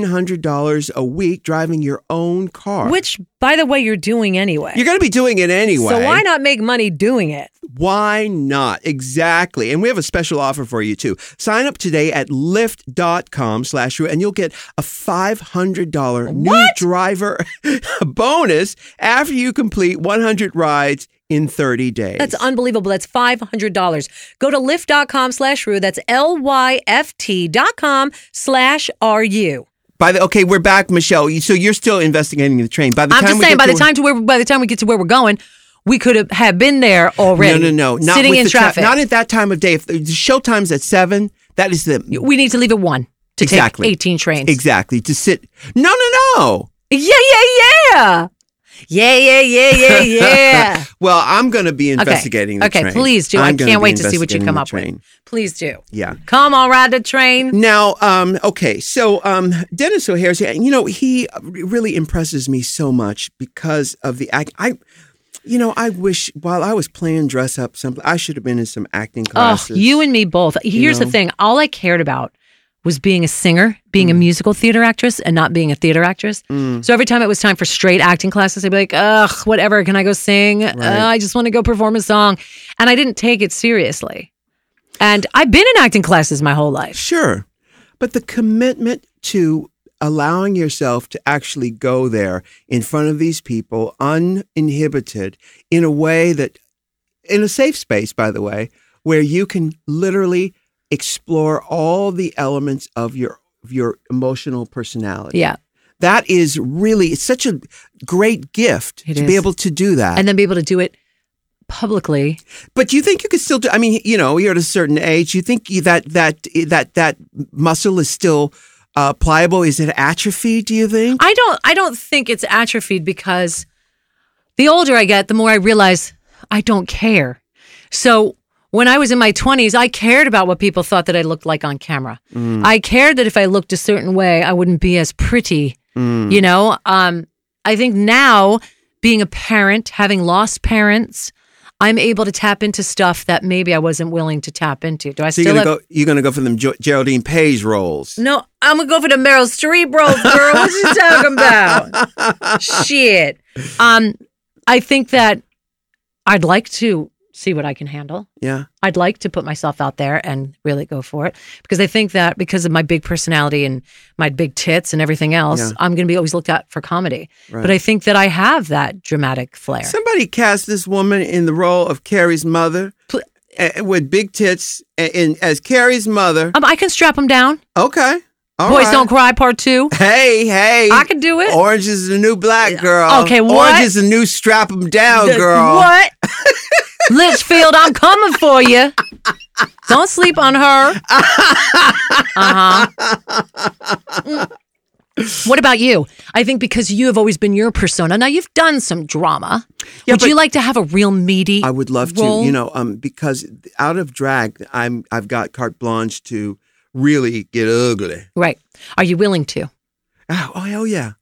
Speaker 2: $1,500 a week driving your own car.
Speaker 3: Which, by the way, you're doing anyway.
Speaker 2: you're going to be doing it anyway.
Speaker 3: So why not make money doing it?
Speaker 2: Why not? Exactly. And we have a special offer for you too. Sign up today at lyft.com slash Rue and you'll get a $500 new driver bonus after you complete 100 rides in 30 days.
Speaker 3: That's unbelievable. That's five hundred dollars. Go to lyft.com slash rue. That's L Y F T dot com slash R U.
Speaker 2: By the okay, we're back, Michelle. You- So you're still investigating the train. By the
Speaker 3: I'm
Speaker 2: time
Speaker 3: just
Speaker 2: we
Speaker 3: saying
Speaker 2: get
Speaker 3: by
Speaker 2: to
Speaker 3: the time to where by the time we get to where we're going, we could have, have been there
Speaker 2: no,
Speaker 3: already.
Speaker 2: no, no, not
Speaker 3: sitting
Speaker 2: with
Speaker 3: in
Speaker 2: the tra-
Speaker 3: traffic.
Speaker 2: not at that time of day. If the the show time's at seven, that is the
Speaker 3: we need to leave at one to
Speaker 2: Exactly.
Speaker 3: take eighteen trains.
Speaker 2: exactly to sit. No, no, no.
Speaker 3: Yeah, yeah, yeah. Yeah, yeah, yeah, yeah, yeah.
Speaker 2: Well, I'm going to be investigating the
Speaker 3: okay,
Speaker 2: train.
Speaker 3: please do.
Speaker 2: I'm
Speaker 3: I
Speaker 2: gonna
Speaker 3: can't
Speaker 2: be
Speaker 3: wait to see what you
Speaker 2: investigating
Speaker 3: come
Speaker 2: the
Speaker 3: up with.
Speaker 2: train.
Speaker 3: Please do.
Speaker 2: Yeah.
Speaker 3: Come on, ride the train.
Speaker 2: Now, um, okay, so um, Dennis O'Hare's, you know, he really impresses me so much because of the act. I, you know, I wish while I was playing dress up, some I should have been in some acting
Speaker 3: Oh,
Speaker 2: classes.
Speaker 3: you and me both. Here's
Speaker 2: know?
Speaker 3: the thing. All I cared about was being a singer, being
Speaker 2: Mm.
Speaker 3: a musical theater actress, and not being a theater actress. So every time it was time for straight acting classes, I'd be like, ugh, whatever, can I go sing? Uh, I just want to go perform a song. And I didn't take it seriously. And I've been in acting classes my whole life.
Speaker 2: Sure. But the commitment to allowing yourself to actually go there in front of these people uninhibited in a way that, in a safe space, by the way, where you can literally explore all the elements of your of your emotional personality.
Speaker 3: Yeah.
Speaker 2: That is really it's such a great gift
Speaker 3: It
Speaker 2: to be
Speaker 3: is.
Speaker 2: able to do that.
Speaker 3: And then be able to do it publicly.
Speaker 2: But do you think you could still do? I mean, you know, you're at a certain age. You think you- that that that that muscle is still uh, pliable? Is it atrophy? Do you think?
Speaker 3: I don't I don't think it's atrophied because the older I get, the more I realize I don't care. So when I was in my 20s, I cared about what people thought that I looked like on camera.
Speaker 2: Mm.
Speaker 3: I cared that if I looked a certain way, I wouldn't be as pretty.
Speaker 2: Mm.
Speaker 3: You know, um, I think now being a parent, having lost parents, I'm able to tap into stuff that maybe I wasn't willing to tap into. Do I
Speaker 2: So
Speaker 3: still
Speaker 2: you're gonna
Speaker 3: have-
Speaker 2: go. You're gonna go for them jo- Geraldine Page roles.
Speaker 3: no, I'm gonna go for the Meryl Streep role, girl. What you talking about? Shit. Um, I think that I'd like to see what I can handle.
Speaker 2: Yeah.
Speaker 3: I'd like to put myself out there and really go for it because I think that because of my big personality and my big tits and everything else,
Speaker 2: Yeah.
Speaker 3: I'm gonna be always looked at for comedy.
Speaker 2: Right.
Speaker 3: But I think that I have that dramatic flair.
Speaker 2: Somebody cast this woman in the role of Carrie's mother
Speaker 3: Pl-
Speaker 2: eh, with big tits and, and as Carrie's mother.
Speaker 3: um, I can strap them down.
Speaker 2: Okay. All
Speaker 3: Boys
Speaker 2: right.
Speaker 3: Don't Cry Part Two.
Speaker 2: Hey, hey.
Speaker 3: I can do it.
Speaker 2: Orange is the new black girl.
Speaker 3: Okay, what?
Speaker 2: Orange is the new strap 'em down
Speaker 3: The-
Speaker 2: girl.
Speaker 3: What? Litchfield, I'm coming for you. Don't sleep on her. Uh huh. What about you? I think because you have always been your persona. Now you've done some drama.
Speaker 2: Yeah,
Speaker 3: Would
Speaker 2: but-
Speaker 3: you like to have a real meaty?
Speaker 2: I would love
Speaker 3: role?
Speaker 2: to, you know, um, because out of drag, I'm I've got carte blanche to really get ugly.
Speaker 3: Right. Are you willing to?
Speaker 2: Oh, oh hell yeah!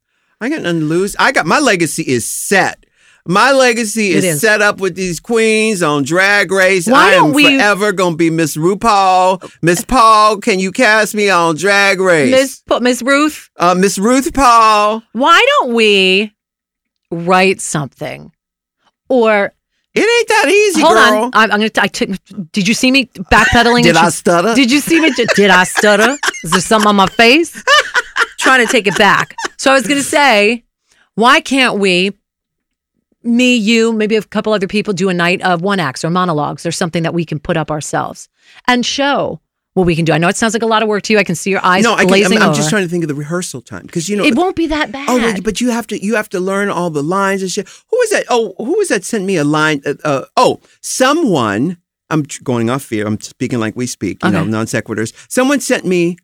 Speaker 2: I got nothing to lose. I got my legacy is set. My legacy
Speaker 3: It
Speaker 2: is,
Speaker 3: is.
Speaker 2: set up with these queens on Drag Race.
Speaker 3: Why
Speaker 2: I am
Speaker 3: don't we-
Speaker 2: forever gonna be Miss RuPaul. Miss Paul, can you cast me on Drag Race?
Speaker 3: Miss but Miss Ruth,
Speaker 2: uh, Miss Ruth Paul.
Speaker 3: why don't we write something? Or
Speaker 2: It ain't that easy,
Speaker 3: hold
Speaker 2: girl.
Speaker 3: on, I'm, I'm gonna. I took. Did you see me backpedaling?
Speaker 2: Did
Speaker 3: and
Speaker 2: I
Speaker 3: she's-
Speaker 2: stutter?
Speaker 3: Did you see me? Did I stutter? Is there something on my face? Trying to take it back. So I was going to say, why can't we, me, you, maybe a couple other people, do a night of one acts or monologues or something that we can put up ourselves and show what we can do? I know it sounds like a lot of work to you. I can see your eyes
Speaker 2: no, I can,
Speaker 3: glazing
Speaker 2: I'm, I'm
Speaker 3: over.
Speaker 2: just trying to think of the rehearsal time because you know
Speaker 3: it won't be that bad.
Speaker 2: Oh, well, but you have to you have to learn all the lines and shit. Who was that? Oh, who was that sent me a line? Uh, uh, oh, someone. I'm tr- going off here. I'm speaking like we speak. You know,
Speaker 3: Okay.
Speaker 2: non sequiturs. Someone sent me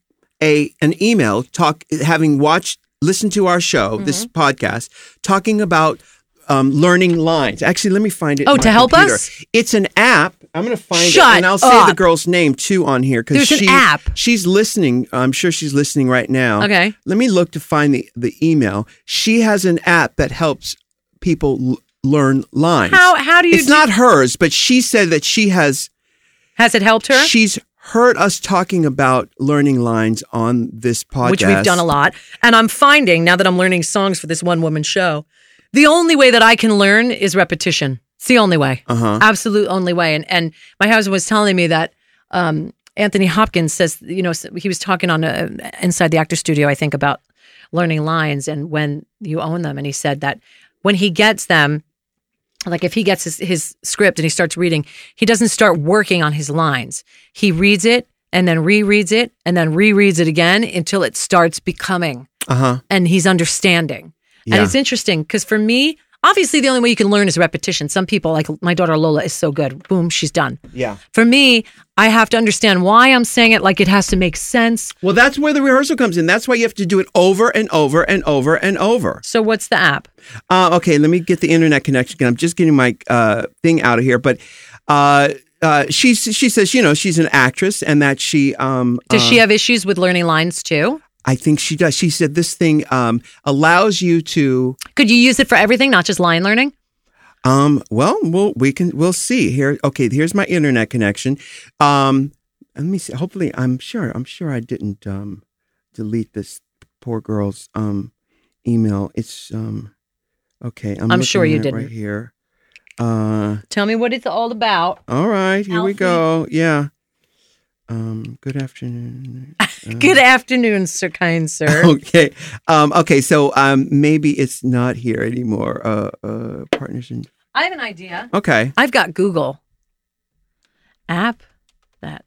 Speaker 2: a an email talk having watched listen to our show, this
Speaker 3: Mm-hmm.
Speaker 2: podcast, talking about um, learning lines. Actually, let me find it.
Speaker 3: Oh,
Speaker 2: in my
Speaker 3: to help
Speaker 2: computer.
Speaker 3: us?
Speaker 2: It's an app. I'm going to find it,
Speaker 3: Shut
Speaker 2: and I'll say the
Speaker 3: up.
Speaker 2: girl's name too on here because
Speaker 3: There's an
Speaker 2: she
Speaker 3: app.
Speaker 2: she's listening. I'm sure she's listening right now.
Speaker 3: Okay.
Speaker 2: Let me look to find the the email. She has an app that helps people l- learn lines.
Speaker 3: How how do you?
Speaker 2: It's
Speaker 3: Do,
Speaker 2: not hers, but she said that she has
Speaker 3: has it helped her?
Speaker 2: she's heard us talking about learning lines on this podcast.
Speaker 3: which we've done a lot. And I'm finding now that I'm learning songs for this one woman show, the only way that I can learn is repetition. It's the only way,
Speaker 2: Uh-huh.
Speaker 3: absolute only way. And and my husband was telling me that um, Anthony Hopkins says, you know, he was talking on uh, Inside the Actor Studio, I think, about learning lines and when you own them. And he said that when he gets them, like if he gets his, his script and he starts reading, he doesn't start working on his lines. He reads it and then rereads it and then rereads it again until it starts becoming
Speaker 2: Uh-huh.
Speaker 3: and he's understanding.
Speaker 2: Yeah.
Speaker 3: And it's interesting because for me, obviously the only way you can learn is repetition. Some people, like my daughter Lola, is so good. Boom, she's done.
Speaker 2: Yeah.
Speaker 3: For me, I have to understand why I'm saying it. Like it has to make sense.
Speaker 2: Well, that's where the rehearsal comes in. That's why you have to do it over and over and over and over.
Speaker 3: So what's the app?
Speaker 2: Uh, okay, let me get the internet connection. I'm just getting my uh, thing out of here, but uh, uh, she she says you know she's an actress and that she um,
Speaker 3: Does
Speaker 2: uh,
Speaker 3: she have issues with learning lines too?
Speaker 2: I think she does. She said this thing um, allows you to
Speaker 3: Could you use it for everything, not just line learning?
Speaker 2: um, well, we'll we can we'll see here. Okay, here's my internet connection. Um, let me see. Hopefully, I'm sure. I'm sure I didn't um, delete this poor girl's um, email. It's um, okay. I'm,
Speaker 3: I'm sure
Speaker 2: looking
Speaker 3: you
Speaker 2: at it right
Speaker 3: didn't.
Speaker 2: here. Uh,
Speaker 3: Tell me what it's all about.
Speaker 2: All right, here we
Speaker 3: Alfie.
Speaker 2: go. Yeah. Um, good afternoon.
Speaker 3: Good afternoon, sir, kind sir.
Speaker 2: Okay. Um, okay, so um maybe it's not here anymore. Uh uh partners in
Speaker 3: I have an idea.
Speaker 2: Okay.
Speaker 3: I've got Google app that.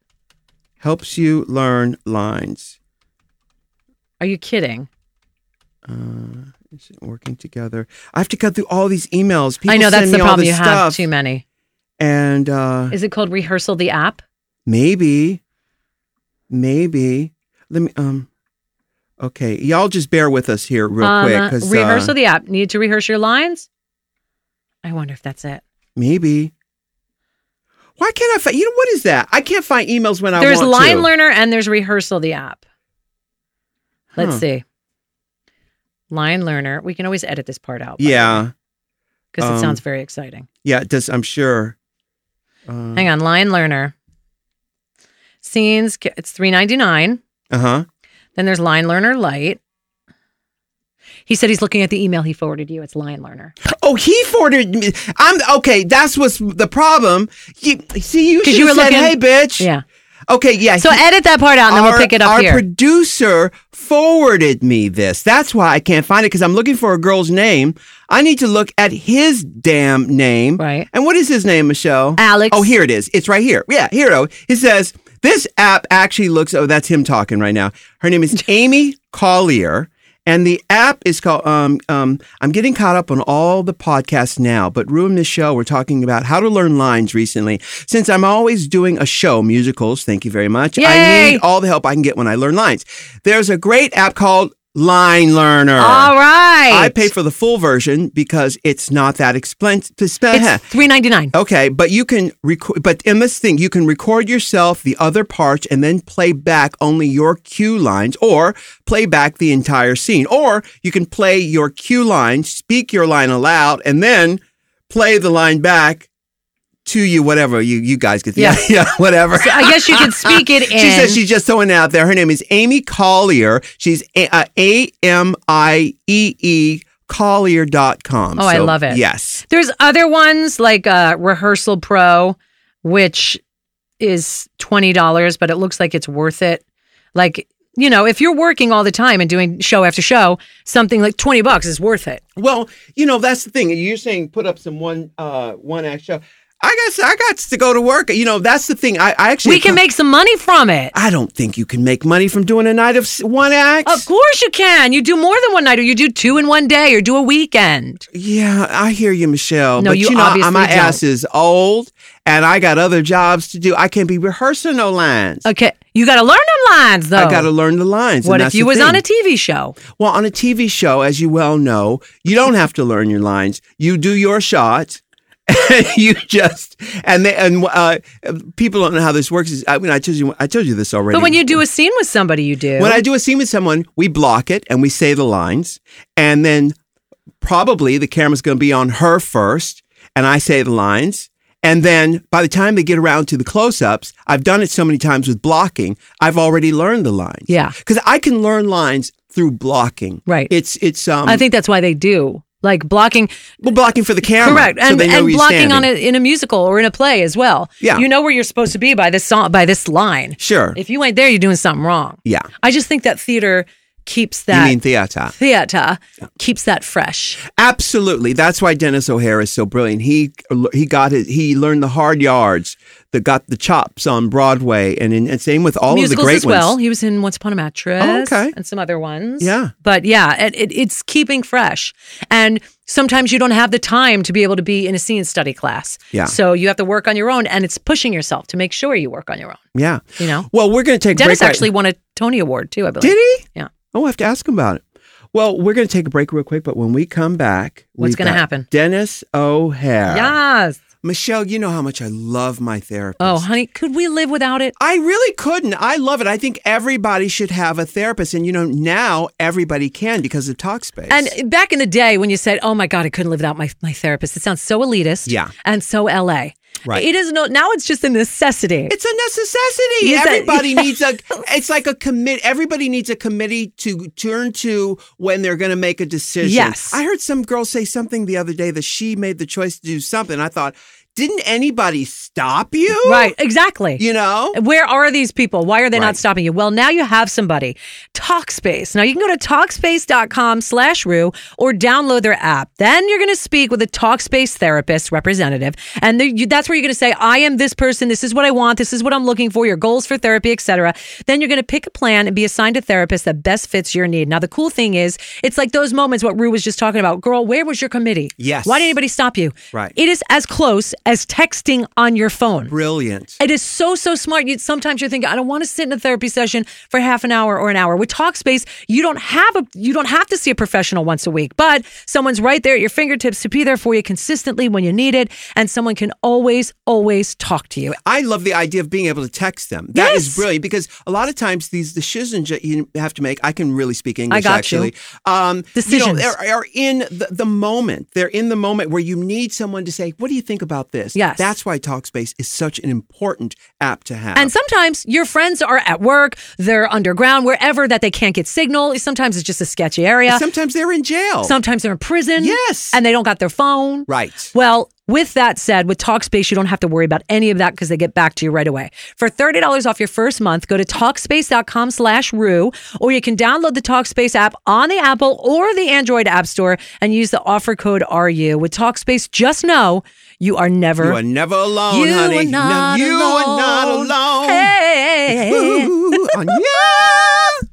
Speaker 2: Helps you learn lines.
Speaker 3: Are you kidding?
Speaker 2: Uh is it working together? I have to cut through all these emails. People
Speaker 3: I know
Speaker 2: send
Speaker 3: that's
Speaker 2: me
Speaker 3: the
Speaker 2: all
Speaker 3: problem.
Speaker 2: this
Speaker 3: You have
Speaker 2: stuff,
Speaker 3: too many.
Speaker 2: And uh
Speaker 3: Is it called Rehearsal the app?
Speaker 2: maybe maybe let me um okay. Y'all just bear with us here real
Speaker 3: Um,
Speaker 2: quick uh, because
Speaker 3: rehearsal the app. Need to rehearse your lines? I wonder if that's it.
Speaker 2: Maybe. Why can't I find? You know what is that? I can't find emails when I
Speaker 3: there's
Speaker 2: want
Speaker 3: Line
Speaker 2: to.
Speaker 3: Learner and there's Rehearsal the app. Let's
Speaker 2: Huh.
Speaker 3: see. Line Learner. We can always edit this part out.
Speaker 2: Yeah,
Speaker 3: Because
Speaker 2: um,
Speaker 3: it sounds very exciting.
Speaker 2: yeah. It does I'm sure. Uh
Speaker 3: Hang on. Line Learner. Scenes. ca- It's three ninety nine.
Speaker 2: huh.
Speaker 3: Then there's Line Learner Lite. He said he's looking at the email he forwarded you. It's Line Learner.
Speaker 2: Oh, he forwarded me. I'm okay. That's what's the problem. You, see, you
Speaker 3: 'Cause
Speaker 2: should
Speaker 3: you were
Speaker 2: said,
Speaker 3: looking-
Speaker 2: "Hey, bitch."
Speaker 3: Yeah.
Speaker 2: Okay. Yeah.
Speaker 3: So
Speaker 2: he-
Speaker 3: edit that part out and then
Speaker 2: our-
Speaker 3: we'll pick it up
Speaker 2: our
Speaker 3: here.
Speaker 2: producer forwarded me this. That's why I can't find it because I'm looking for a girl's name. I need to look at his damn name.
Speaker 3: Right.
Speaker 2: And what is his name, Michelle?
Speaker 3: Alex.
Speaker 2: Oh, here it is. It's right here. Yeah, hero. It says this app actually looks. Oh, that's him talking right now. Her name is Amy Collier, and the app is called. Um, um, I'm getting caught up on all the podcasts now, but Rue and Michelle were talking about how to learn lines recently. Since I'm always doing a show, musicals. Thank you very much. I
Speaker 3: Yay!
Speaker 2: need all the help I can get when I learn lines. There's a great app called Line Learner.
Speaker 3: All right.
Speaker 2: I pay for the full version because it's not that expensive.
Speaker 3: It's three ninety nine.
Speaker 2: Okay, but you can record. But in this thing, you can record yourself the other parts and then play back only your cue lines, or play back the entire scene, or you can play your cue line, speak your line aloud, and then play the line back to you. Whatever you you guys get the
Speaker 3: Yeah.
Speaker 2: yeah whatever.
Speaker 3: I guess uh, you could speak it in.
Speaker 2: She says she's just throwing it out there. Her name is Amy Collier. She's A M I E E Collier.com.
Speaker 3: Oh, I love it.
Speaker 2: Yes.
Speaker 3: There's other ones like uh, Rehearsal Pro, which is twenty dollars, but it looks like it's worth it. Like you know, if you're working all the time and doing show after show, something like twenty bucks is worth it.
Speaker 2: Well, you know that's the thing. You're saying put up some one uh one act show. I got I got to go to work. You know that's the thing. I, I actually
Speaker 3: We can make some money from it.
Speaker 2: I don't think you can make money from doing a night of s- one act.
Speaker 3: Of course you can. You do more than one night, or you do two in one day, or do a weekend.
Speaker 2: Yeah, I hear you, Michelle.
Speaker 3: No,
Speaker 2: but
Speaker 3: you
Speaker 2: you know
Speaker 3: obviously
Speaker 2: my
Speaker 3: don't.
Speaker 2: ass is old, and I got other jobs to do. I can't be rehearsing no lines.
Speaker 3: Okay, You got to learn them lines, though.
Speaker 2: I got to learn the lines. and
Speaker 3: What if
Speaker 2: that's
Speaker 3: you
Speaker 2: the
Speaker 3: was on
Speaker 2: thing.
Speaker 3: a TV show?
Speaker 2: Well, on a TV show, as you well know, you don't have to learn your lines. You do your shot. you just and they, and uh, people don't know how this works. Is I mean, I told you, I told you this already.
Speaker 3: But when you do a scene with somebody, you do.
Speaker 2: when I do a scene with someone, we block it and we say the lines, and then probably the camera's going to be on her first, and I say the lines. And then by the time they get around to the close ups, I've done it so many times with blocking, I've already learned the lines.
Speaker 3: Yeah.
Speaker 2: Because I can learn lines through blocking.
Speaker 3: Right.
Speaker 2: It's, it's, um,
Speaker 3: I think that's why they do. Like blocking,
Speaker 2: well, blocking for the camera.
Speaker 3: correct,
Speaker 2: so
Speaker 3: and,
Speaker 2: they know
Speaker 3: and
Speaker 2: where you're
Speaker 3: blocking on
Speaker 2: standing.
Speaker 3: a, in a musical or in a play as well.
Speaker 2: Yeah.
Speaker 3: you know where you're supposed to be by this song, by this line.
Speaker 2: Sure.
Speaker 3: If you ain't there, you're doing something wrong.
Speaker 2: yeah.
Speaker 3: I just think that theater keeps that
Speaker 2: you mean theater.
Speaker 3: theater keeps that fresh.
Speaker 2: Absolutely. That's why Dennis O'Hare is so brilliant. He he got his he learned the hard yards that got the chops on Broadway and in, and same with all of
Speaker 3: Musicals
Speaker 2: Oh, the great
Speaker 3: as well.
Speaker 2: ones.
Speaker 3: He was in Once Upon a Mattress
Speaker 2: Oh, okay.
Speaker 3: and some other ones.
Speaker 2: Yeah.
Speaker 3: But yeah, it, it, it's keeping fresh. And sometimes you don't have the time to be able to be in a scene study class.
Speaker 2: Yeah.
Speaker 3: So you have to work on your own and it's pushing yourself to make sure you work on your own.
Speaker 2: Yeah.
Speaker 3: You know?
Speaker 2: Well, we're going to take
Speaker 3: Dennis
Speaker 2: a break.
Speaker 3: actually won a Tony Award too, I believe.
Speaker 2: Right. Did he?
Speaker 3: Yeah.
Speaker 2: Oh, I have to ask him about it. Well, we're going to take a break real quick, but when we come back,
Speaker 3: What's
Speaker 2: we've
Speaker 3: gonna
Speaker 2: got
Speaker 3: happen?
Speaker 2: Dennis O'Hare.
Speaker 3: Yes.
Speaker 2: Michelle, you know how much I love my therapist.
Speaker 3: Oh, honey, could we live without it?
Speaker 2: I really couldn't. I love it. I think everybody should have a therapist. And you know, now everybody can because of Talkspace.
Speaker 3: And back in the day when you said, "Oh my God, I couldn't live without my my therapist," it sounds so elitist,
Speaker 2: Yeah.
Speaker 3: and so LA.
Speaker 2: Right.
Speaker 3: It is no now. It's just a necessity.
Speaker 2: It's a necessity.
Speaker 3: Yes, I-
Speaker 2: everybody needs a. It's like a commit. Everybody needs a committee to turn to when they're going to make a decision.
Speaker 3: Yes.
Speaker 2: I heard some girl say something the other day that she made the choice to do something. I thought, didn't anybody stop you?
Speaker 3: right. Exactly.
Speaker 2: You know.
Speaker 3: Where are these people? Why are they
Speaker 2: Right.
Speaker 3: not stopping you? Well, now you have somebody. Talkspace. Now you can go to talkspace.com slash Rue or download their app. Then you're going to speak with a Talkspace therapist representative. And the- you, that's where you're going to say, I am this person. This is what I want. This is what I'm looking for. Your goals for therapy, etc. Then you're going to pick a plan and be assigned a therapist that best fits your need. Now, the cool thing is, it's like those moments what Rue was just talking about. Girl, where was your committee?
Speaker 2: Yes.
Speaker 3: Why did anybody stop you?
Speaker 2: Right.
Speaker 3: It is as close as texting on your phone.
Speaker 2: Brilliant.
Speaker 3: It is so, so smart. You, sometimes you're thinking, I don't want to sit in a therapy session for half an hour or an hour. With Talkspace, you don't have a you don't have to see a professional once a week, but someone's right there at your fingertips to be there for you consistently when you need it, and someone can always, always talk to you.
Speaker 2: I love the idea of being able to text them. That is
Speaker 3: Yes.
Speaker 2: brilliant because a lot of times these decisions that you have to make, I can really speak English
Speaker 3: got
Speaker 2: actually. Um, You know,
Speaker 3: Decisions.
Speaker 2: they're, are in the, the moment. They're in the moment where you need someone to say, What do you think about this?
Speaker 3: Yes.
Speaker 2: That's why Talkspace is such an important app to have.
Speaker 3: And sometimes your friends are at work, they're underground, wherever that they can't get signal. Sometimes it's just a sketchy area.
Speaker 2: Sometimes they're in jail.
Speaker 3: Sometimes they're in prison.
Speaker 2: Yes.
Speaker 3: And they don't got their phone.
Speaker 2: Right.
Speaker 3: Well, with that said, with Talkspace, you don't have to worry about any of that because they get back to you right away. For $30 off your first month, go to Talkspace.com slash Rue, or you can download the Talkspace app on the Apple or the Android App Store and use the offer code RU. With Talkspace, just know you are never
Speaker 2: you are never alone,
Speaker 3: you
Speaker 2: honey.
Speaker 3: are not
Speaker 2: no, you
Speaker 3: alone.
Speaker 2: are not alone.
Speaker 3: Hey.
Speaker 2: Ooh, on you.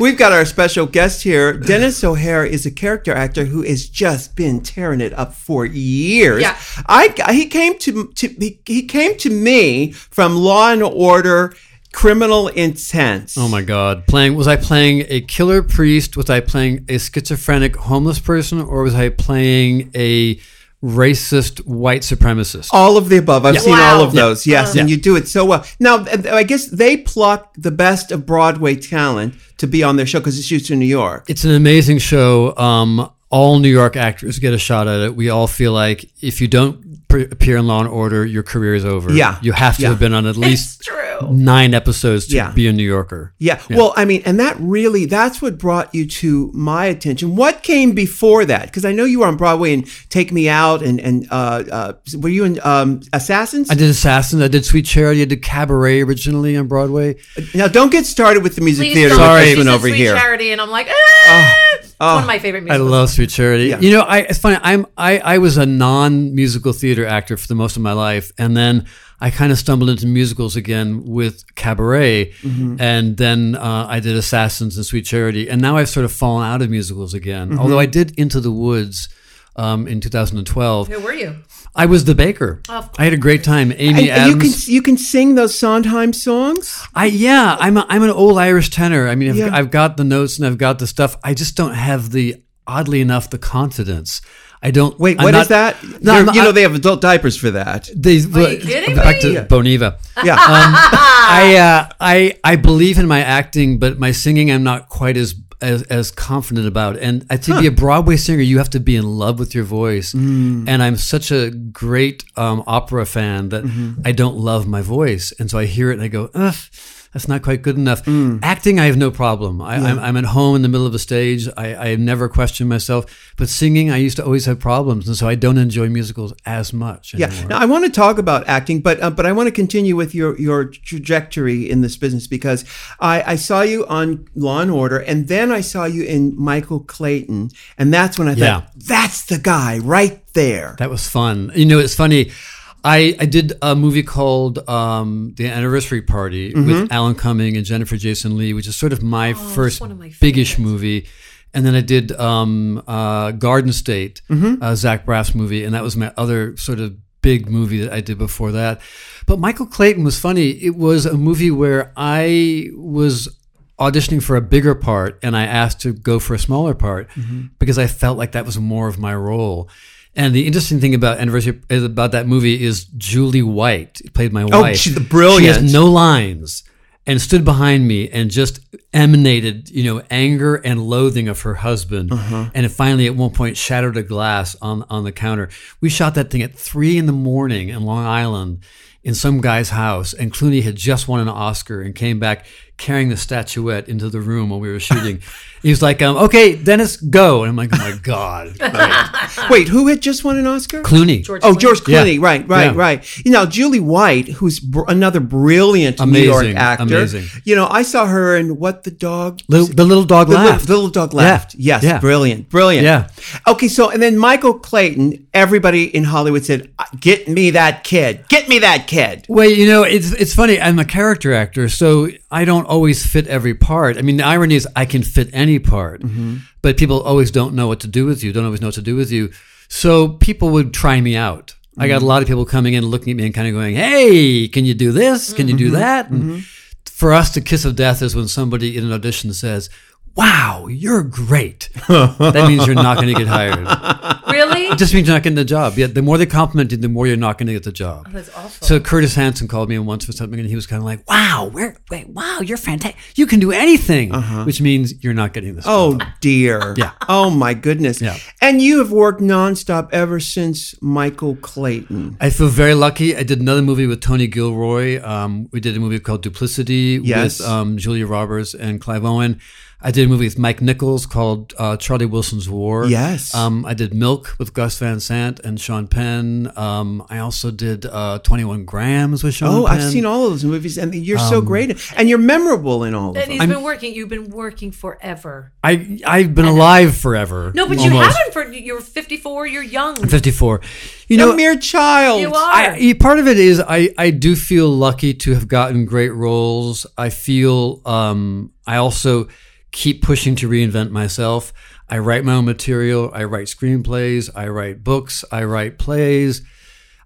Speaker 2: We've got our special guest here. Dennis O'Hare is a character actor who has just been tearing it up for years.
Speaker 3: Yeah.
Speaker 2: I he came to, to he, he came to me from Law and Order Criminal Intent.
Speaker 4: Oh my God! Playing was I playing a killer priest? Was I playing a schizophrenic homeless person, or was I playing a racist white supremacist?
Speaker 2: All of the above. I've seen
Speaker 3: Wow.
Speaker 2: all of those. Yes, and you do it so well. Now, I guess they pluck the best of Broadway talent to be on their show because it shoots in New York.
Speaker 4: It's an amazing show. Um, all New York actors get a shot at it. We all feel like if you don't pre- appear in Law and Order, your career is over.
Speaker 2: Yeah.
Speaker 4: you have to
Speaker 2: Yeah.
Speaker 4: have been on at least nine episodes to
Speaker 2: Yeah.
Speaker 4: be a New Yorker.
Speaker 2: Yeah. Well, I mean, and that really, that's what brought you to my attention. What came before that? Because I know you were on Broadway and Take Me Out and, and, uh, uh, were you in, um, Assassins?
Speaker 4: I did Assassin. I did Sweet Charity. I did Cabaret originally on Broadway.
Speaker 2: now, don't get started with the music
Speaker 5: Please
Speaker 2: theater
Speaker 5: don't.
Speaker 4: Sorry.
Speaker 2: with this
Speaker 4: She
Speaker 2: one Oh.
Speaker 5: said
Speaker 2: over
Speaker 5: Sweet
Speaker 2: here. ah.
Speaker 5: Charity, and I'm like, ah! It's one of my favorite
Speaker 4: I
Speaker 5: musicals.
Speaker 4: love Sweet Charity. You know, I, it's funny. I'm I, I was a non musical theater actor for the most of my life, and then I kind of stumbled into musicals again with Cabaret,
Speaker 2: Mm-hmm.
Speaker 4: and then uh, I did
Speaker 2: Mm-hmm.
Speaker 4: Assassins and Sweet Charity, and now I've sort of fallen out of musicals again. Although I did Into the Woods. um, in 2012.
Speaker 5: Who were you?
Speaker 4: I was the baker.
Speaker 5: Of
Speaker 4: I had a great time. Amy
Speaker 2: And you
Speaker 4: Adams.
Speaker 2: can you can sing those Sondheim songs.
Speaker 4: I yeah, I'm a, I'm an old Irish tenor. I mean, I've,
Speaker 2: Yeah.
Speaker 4: I've got the notes and I've got the stuff. I just don't have the oddly enough the confidence. I don't.
Speaker 2: Wait,
Speaker 4: I'm
Speaker 2: what
Speaker 4: not-
Speaker 2: is that?
Speaker 4: No,
Speaker 2: You're-
Speaker 4: I'm not-
Speaker 2: you know they have adult diapers for that.
Speaker 4: They,
Speaker 5: Are you kidding
Speaker 4: back
Speaker 5: me?
Speaker 4: to Boniva.
Speaker 2: Yeah.
Speaker 4: I uh, I I believe in my acting, but my singing I'm not quite as as, as confident about. And I, to be a Broadway singer, you have to be in love with your voice. And I'm such a great um, opera fan that I don't love my voice, and so I hear it and I go, ugh. That's not quite good enough. Acting, I have no problem. I, I'm, I'm at home in the middle of a stage. I, I never question myself. But singing, I used to always have problems, and so I don't enjoy musicals as much.
Speaker 2: Yeah.
Speaker 4: anymore.
Speaker 2: Now I want to talk about acting, but uh, but I want to continue with your your trajectory in this business because I, I saw you on Law and Order, and then I saw you in Michael Clayton, and that's when I
Speaker 4: Yeah.
Speaker 2: thought that's the guy right there.
Speaker 4: That was fun. You know, it's funny. I, I did a movie called um, The Anniversary Party with Alan Cumming and Jennifer Jason Lee, which is sort of my first
Speaker 5: Oh, one of my
Speaker 4: biggish movie. And then I did um, uh, Garden State, uh, Zach Braff's movie, and that was my other sort of big movie that I did before that. But Michael Clayton was funny. It was a movie where I was auditioning for a bigger part and I asked to go for a smaller part
Speaker 2: Mm-hmm.
Speaker 4: because I felt like that was more of my role. And the interesting thing about anniversary is about that movie is Julie White played my
Speaker 2: Oh,
Speaker 4: wife.
Speaker 2: she's
Speaker 4: She
Speaker 2: brilliant.
Speaker 4: has no lines and stood behind me and just emanated, you know, anger and loathing of her husband.
Speaker 2: Uh-huh.
Speaker 4: And it finally, at one point, shattered a glass on, on the counter. We shot that thing at three in the morning in Long Island in some guy's house. And Clooney had just won an Oscar and came back carrying the statuette into the room while we were shooting. he was like, um, okay, Dennis, go. And I'm like, oh my God.
Speaker 2: Wait, who had just won an Oscar?
Speaker 4: Clooney.
Speaker 5: George
Speaker 2: Oh,
Speaker 5: Clooney.
Speaker 2: George
Speaker 4: Yeah.
Speaker 2: Clooney, right, right,
Speaker 4: Yeah.
Speaker 2: right. You know, Julie White, who's br- another brilliant New York
Speaker 4: Amazing,
Speaker 2: actor.
Speaker 4: amazing.
Speaker 2: You know, I saw her in What the Dog.
Speaker 4: Little, Oh, the little dog
Speaker 2: The Little-
Speaker 4: laughed.
Speaker 2: The little dog laughed. Yes,
Speaker 4: Yeah.
Speaker 2: brilliant, brilliant.
Speaker 4: Yeah.
Speaker 2: Okay, so and then Michael Clayton. Everybody in Hollywood said, "Uh, "Get me that kid. Get me that kid."
Speaker 4: Well, you know, it's it's funny. I'm a character actor, so I don't always fit every part. I mean, the irony is I can fit any part, but people always don't know what to do with you. Don't always know what to do with you. So people would try me out. I got a lot of people coming in, looking at me, and kind of going, "Hey, can you do this? Can you do that?" And for us, the kiss of death is when somebody in an audition says. Wow, you're great. That means you're not going to get hired.
Speaker 5: Really?
Speaker 4: It just means you're not getting the job. Yeah, the more they compliment you, the more you're not going to get the job.
Speaker 5: Oh, That's awful.
Speaker 4: So Curtis Hanson called me once for something, and he was kind of like, "Wow, we're, wait, wow, you're fantastic. You can do anything," which means you're not getting this.
Speaker 2: Oh dear.
Speaker 4: Yeah.
Speaker 2: Oh my goodness.
Speaker 4: Yeah.
Speaker 2: And you have worked nonstop ever since Michael Clayton.
Speaker 4: I feel very lucky. I did another movie with Tony Gilroy. Um, we did a movie called Duplicity
Speaker 2: Yes.
Speaker 4: with um, Julia Roberts and Clive Owen. I did a movie with Mike Nichols called uh, Charlie Wilson's War.
Speaker 2: Yes.
Speaker 4: Um, I did Milk with Gus Van Sant and Sean Penn. Um, I also did uh, 21 Grams with Sean
Speaker 2: Oh,
Speaker 4: Penn.
Speaker 2: I've seen all of those movies, and you're so
Speaker 4: Um,
Speaker 2: great, in- and you're memorable in all of
Speaker 5: and
Speaker 2: them.
Speaker 5: he's been working. You've been working forever.
Speaker 4: I, I've been alive forever.
Speaker 5: No, but you
Speaker 4: almost.
Speaker 5: haven't. For you're 54. You're young.
Speaker 4: 54. You
Speaker 2: You're
Speaker 4: know,
Speaker 2: a mere child.
Speaker 5: You are.
Speaker 4: I, e- part of it is I, I do feel lucky to have gotten great roles. I feel um, I also keep pushing to reinvent myself. I write my own material. I write screenplays. I write books. I write plays.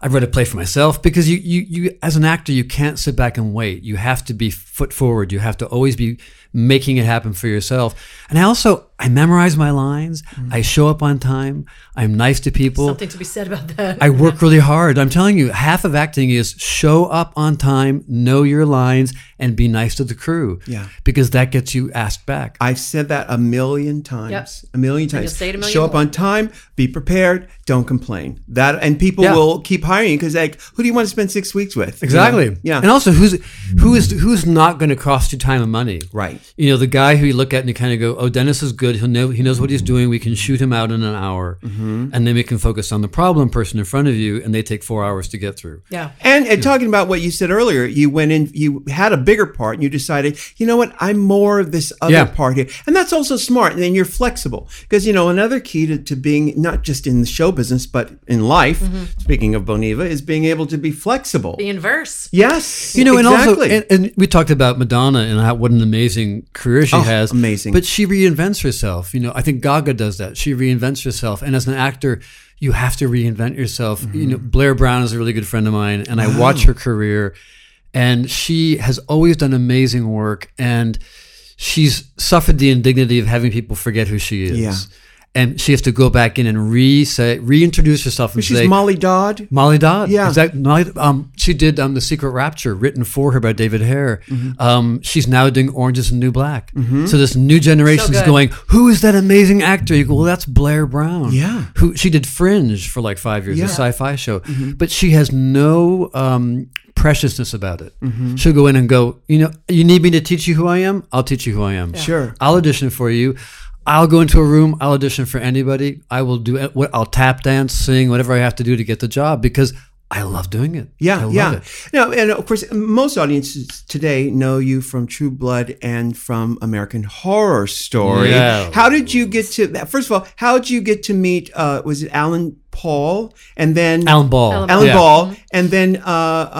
Speaker 4: I write a play for myself because you, you, you, as an actor, you can't sit back and wait. You have to be foot forward. You have to always be making it happen for yourself. And I also, I memorize my lines.
Speaker 5: Mm.
Speaker 4: I show up on time. I'm nice to people.
Speaker 5: Something to be said about that.
Speaker 4: I work really hard. I'm telling you, half of acting is show up on time, know your lines, and be nice to the crew.
Speaker 2: Yeah.
Speaker 4: Because that gets you asked back.
Speaker 2: I've said that a million times.
Speaker 5: Yep.
Speaker 2: A million times.
Speaker 5: you'll say it a million
Speaker 2: Show up
Speaker 5: more.
Speaker 2: on time, be prepared, don't complain. That and people
Speaker 4: Yeah.
Speaker 2: will keep hiring you because like, who do you want to spend six weeks with? You
Speaker 4: Exactly.
Speaker 2: know? Yeah.
Speaker 4: And also, who's who is who's not going to cost you time and money?
Speaker 2: Right.
Speaker 4: You know, the guy who you look at and you kind of go, "Oh, Dennis is good. He'll know. He knows what he's doing. We can shoot him out in an hour,
Speaker 2: Mm-hmm.
Speaker 4: and then we can focus on the problem person in front of you, and they take four hours to get through."
Speaker 5: yeah.
Speaker 2: and, and talking about what you said earlier, you went in, you had a bigger part, and you decided, you know what, I'm more of this other
Speaker 4: Yeah.
Speaker 2: part here, and that's also smart. And then you're flexible because you know another key to, to being not just in the show business but in life.
Speaker 5: Mm-hmm.
Speaker 2: Speaking of Boniva, is being able to be flexible.
Speaker 5: The inverse.
Speaker 2: Yes,
Speaker 4: You know,
Speaker 2: exactly.
Speaker 4: and also, and, and we talked about Madonna and how what an amazing career she
Speaker 2: Oh,
Speaker 4: has.
Speaker 2: amazing.
Speaker 4: but she reinvents herself. yourself. You know, I think Gaga does that. She reinvents herself, and as an actor, you have to reinvent yourself. You
Speaker 2: Mm-hmm.
Speaker 4: know, Blair Brown is a really good friend of mine, and I watch her career, and she has always done amazing work, and she's suffered the indignity of having people forget who she is.
Speaker 2: Yeah.
Speaker 4: And she has to go back in and re say reintroduce herself and
Speaker 2: She's
Speaker 4: say
Speaker 2: Molly Dodd.
Speaker 4: Molly Dodd.
Speaker 2: Yeah.
Speaker 4: Exactly. Molly, um, she did um, The Secret Rapture, written for her by David Hare.
Speaker 2: Mm-hmm.
Speaker 4: Um, she's now doing Orange is the New Black. So this new generation is
Speaker 5: good.
Speaker 4: going, who is that amazing actor? You go, well, that's Blair Brown.
Speaker 2: Yeah.
Speaker 4: Who She did Fringe for like five years,
Speaker 2: Yeah. Mm-hmm.
Speaker 4: a sci fi show. But she has no um, preciousness about it.
Speaker 2: Mm-hmm.
Speaker 4: She'll go in and go, you know, you need me to teach you who I am? I'll teach you who I am.
Speaker 2: Sure.
Speaker 4: I'll audition for you. I'll go into a room. I'll audition for anybody. I will do it. What- I'll tap dance, sing, whatever I have to do to get the job because I love doing it. I
Speaker 2: Yeah,
Speaker 4: love
Speaker 2: yeah.
Speaker 4: it.
Speaker 2: No, and of course, most audiences today know you from True Blood and from American Horror Story.
Speaker 4: Yeah.
Speaker 2: How did you get to? First of all, how did you get to meet? Uh, was it Alan Paul and then
Speaker 4: Alan Ball.
Speaker 5: Alan
Speaker 2: Alan
Speaker 4: Yeah.
Speaker 2: Ball and then uh,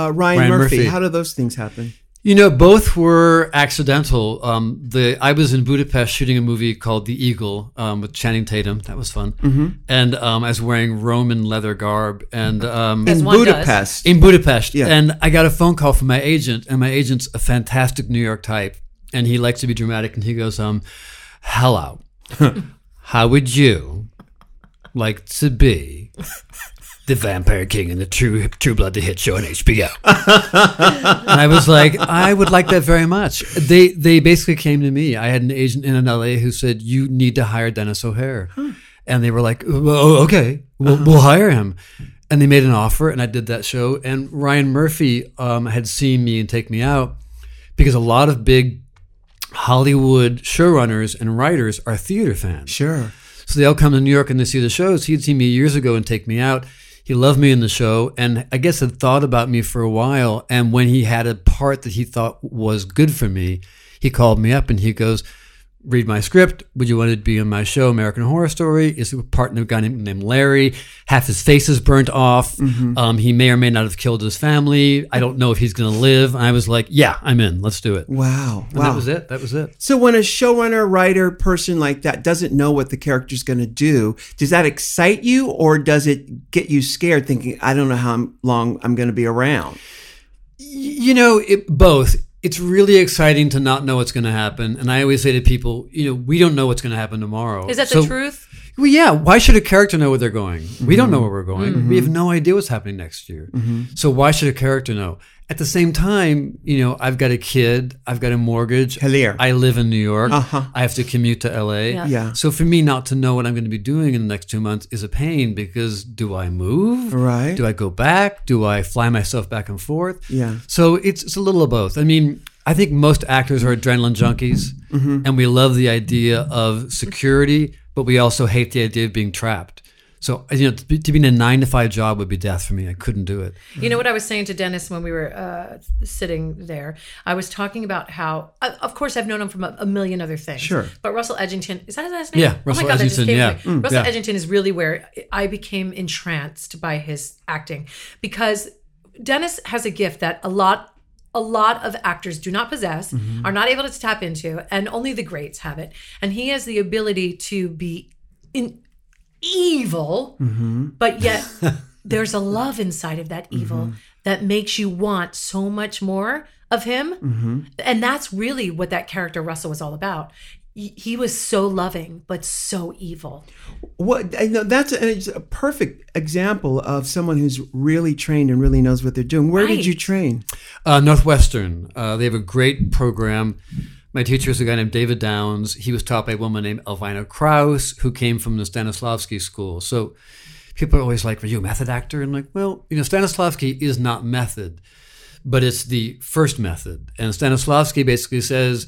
Speaker 2: uh, Ryan,
Speaker 4: Ryan
Speaker 2: Murphy.
Speaker 4: Murphy.
Speaker 2: How do those things happen?
Speaker 4: You know, both were accidental. Um, the I was in Budapest shooting a movie called The Eagle um, with Channing Tatum. That was fun.
Speaker 2: Mm-hmm.
Speaker 4: And um, I was wearing Roman leather garb and um,
Speaker 5: As one does.
Speaker 2: Budapest.
Speaker 4: in Budapest.
Speaker 2: Yeah.
Speaker 4: And I got a phone call from my agent, and my agent's a fantastic New York type, and he likes to be dramatic. And he goes, um, "Hello, how would you like to be the Vampire King in the True True Blood the hit show on HBO?" and I was like, "I would like that very much." They they basically came to me. I had an agent in LA who said, "You need to hire Dennis O'Hare." And they were like, "Oh, okay, we'll, we'll hire him." And they made an offer, and I did that show. And Ryan Murphy um, had seen me and take me out because a lot of big Hollywood showrunners and writers are theater fans.
Speaker 2: Sure.
Speaker 4: So they all come to New York and they see the shows. He'd seen me years ago and take me out. He loved me in the show and I guess had thought about me for a while. And when he had a part that he thought was good for me, he called me up and he goes, Read my script. Would you want to be in my show, American Horror Story? Is a part in a guy named, named Larry. Half his face is burnt off. Um, he may or may not have killed his family. I don't know if he's going to live. And I was like, Yeah, I'm in. Let's do it.
Speaker 2: Wow.
Speaker 4: And
Speaker 2: wow.
Speaker 4: that was it. That was it.
Speaker 2: So when a showrunner, writer, person like that doesn't know what the character's going to do, does that excite you or does it get you scared thinking, I don't know how I'm- long I'm going to be around?
Speaker 4: You know, it, both. It's really exciting to not know what's going to happen, and I always say to people, you know, we don't know what's going to happen tomorrow.
Speaker 5: Is that
Speaker 4: So-
Speaker 5: the truth?
Speaker 4: Well, yeah. Why should a character know where they're going? We
Speaker 2: Mm-hmm.
Speaker 4: don't know where we're going. We have no idea what's happening next year. So why should a character know? At the same time, you know, I've got a kid, I've got a mortgage,
Speaker 2: Hellier.
Speaker 4: I live in New York,
Speaker 2: Uh-huh.
Speaker 4: I have to commute to LA.
Speaker 5: Yeah.
Speaker 2: Yeah.
Speaker 4: So for me not to know what I'm going to be doing in the next two months is a pain because do I move?
Speaker 2: Right.
Speaker 4: Do I go back? Do I fly myself back and forth?
Speaker 2: Yeah.
Speaker 4: So it's it's a little of both. I mean, I think most actors are adrenaline junkies, and we love the idea of security, but we also hate the idea of being trapped. So you know, to be, to be in a nine to five job would be death for me. I couldn't do it.
Speaker 5: You know what I was saying to Dennis when we were uh, sitting there? I was talking about how, uh, of course, I've known him from a, a million other things.
Speaker 2: Sure.
Speaker 5: But Russell Edgington, is that his last name?
Speaker 4: Yeah,
Speaker 5: Oh my
Speaker 4: Russell
Speaker 5: God, that just
Speaker 4: Edgington,
Speaker 5: came to
Speaker 4: yeah.
Speaker 5: me.
Speaker 4: Mm,
Speaker 5: Russell
Speaker 4: yeah.
Speaker 5: Edgington is really where I became entranced by his acting because Dennis has a gift that a lot a lot of actors do not possess,
Speaker 4: Mm-hmm.
Speaker 5: are not able to tap into, and only the greats have it. And he has the ability to be in evil,
Speaker 4: Mm-hmm.
Speaker 5: but yet there's a love inside of that evil that makes you want so much more of him.
Speaker 4: Mm-hmm.
Speaker 5: And that's really what that character Russell was all about. Y- He was so loving, but so evil.
Speaker 2: What I know that's a, it's a perfect example of someone who's really trained and really knows what they're doing. Where did
Speaker 5: Right.
Speaker 2: you train?
Speaker 4: Uh, Northwestern. Uh, they have a great program. My teacher is a guy named David Downs. He was taught by a woman named Elvina Krauss, who came from the Stanislavski school. So people are always like, Are you a method actor? And I'm like, well, you know, Stanislavski is not method, but it's the first method. And Stanislavski basically says,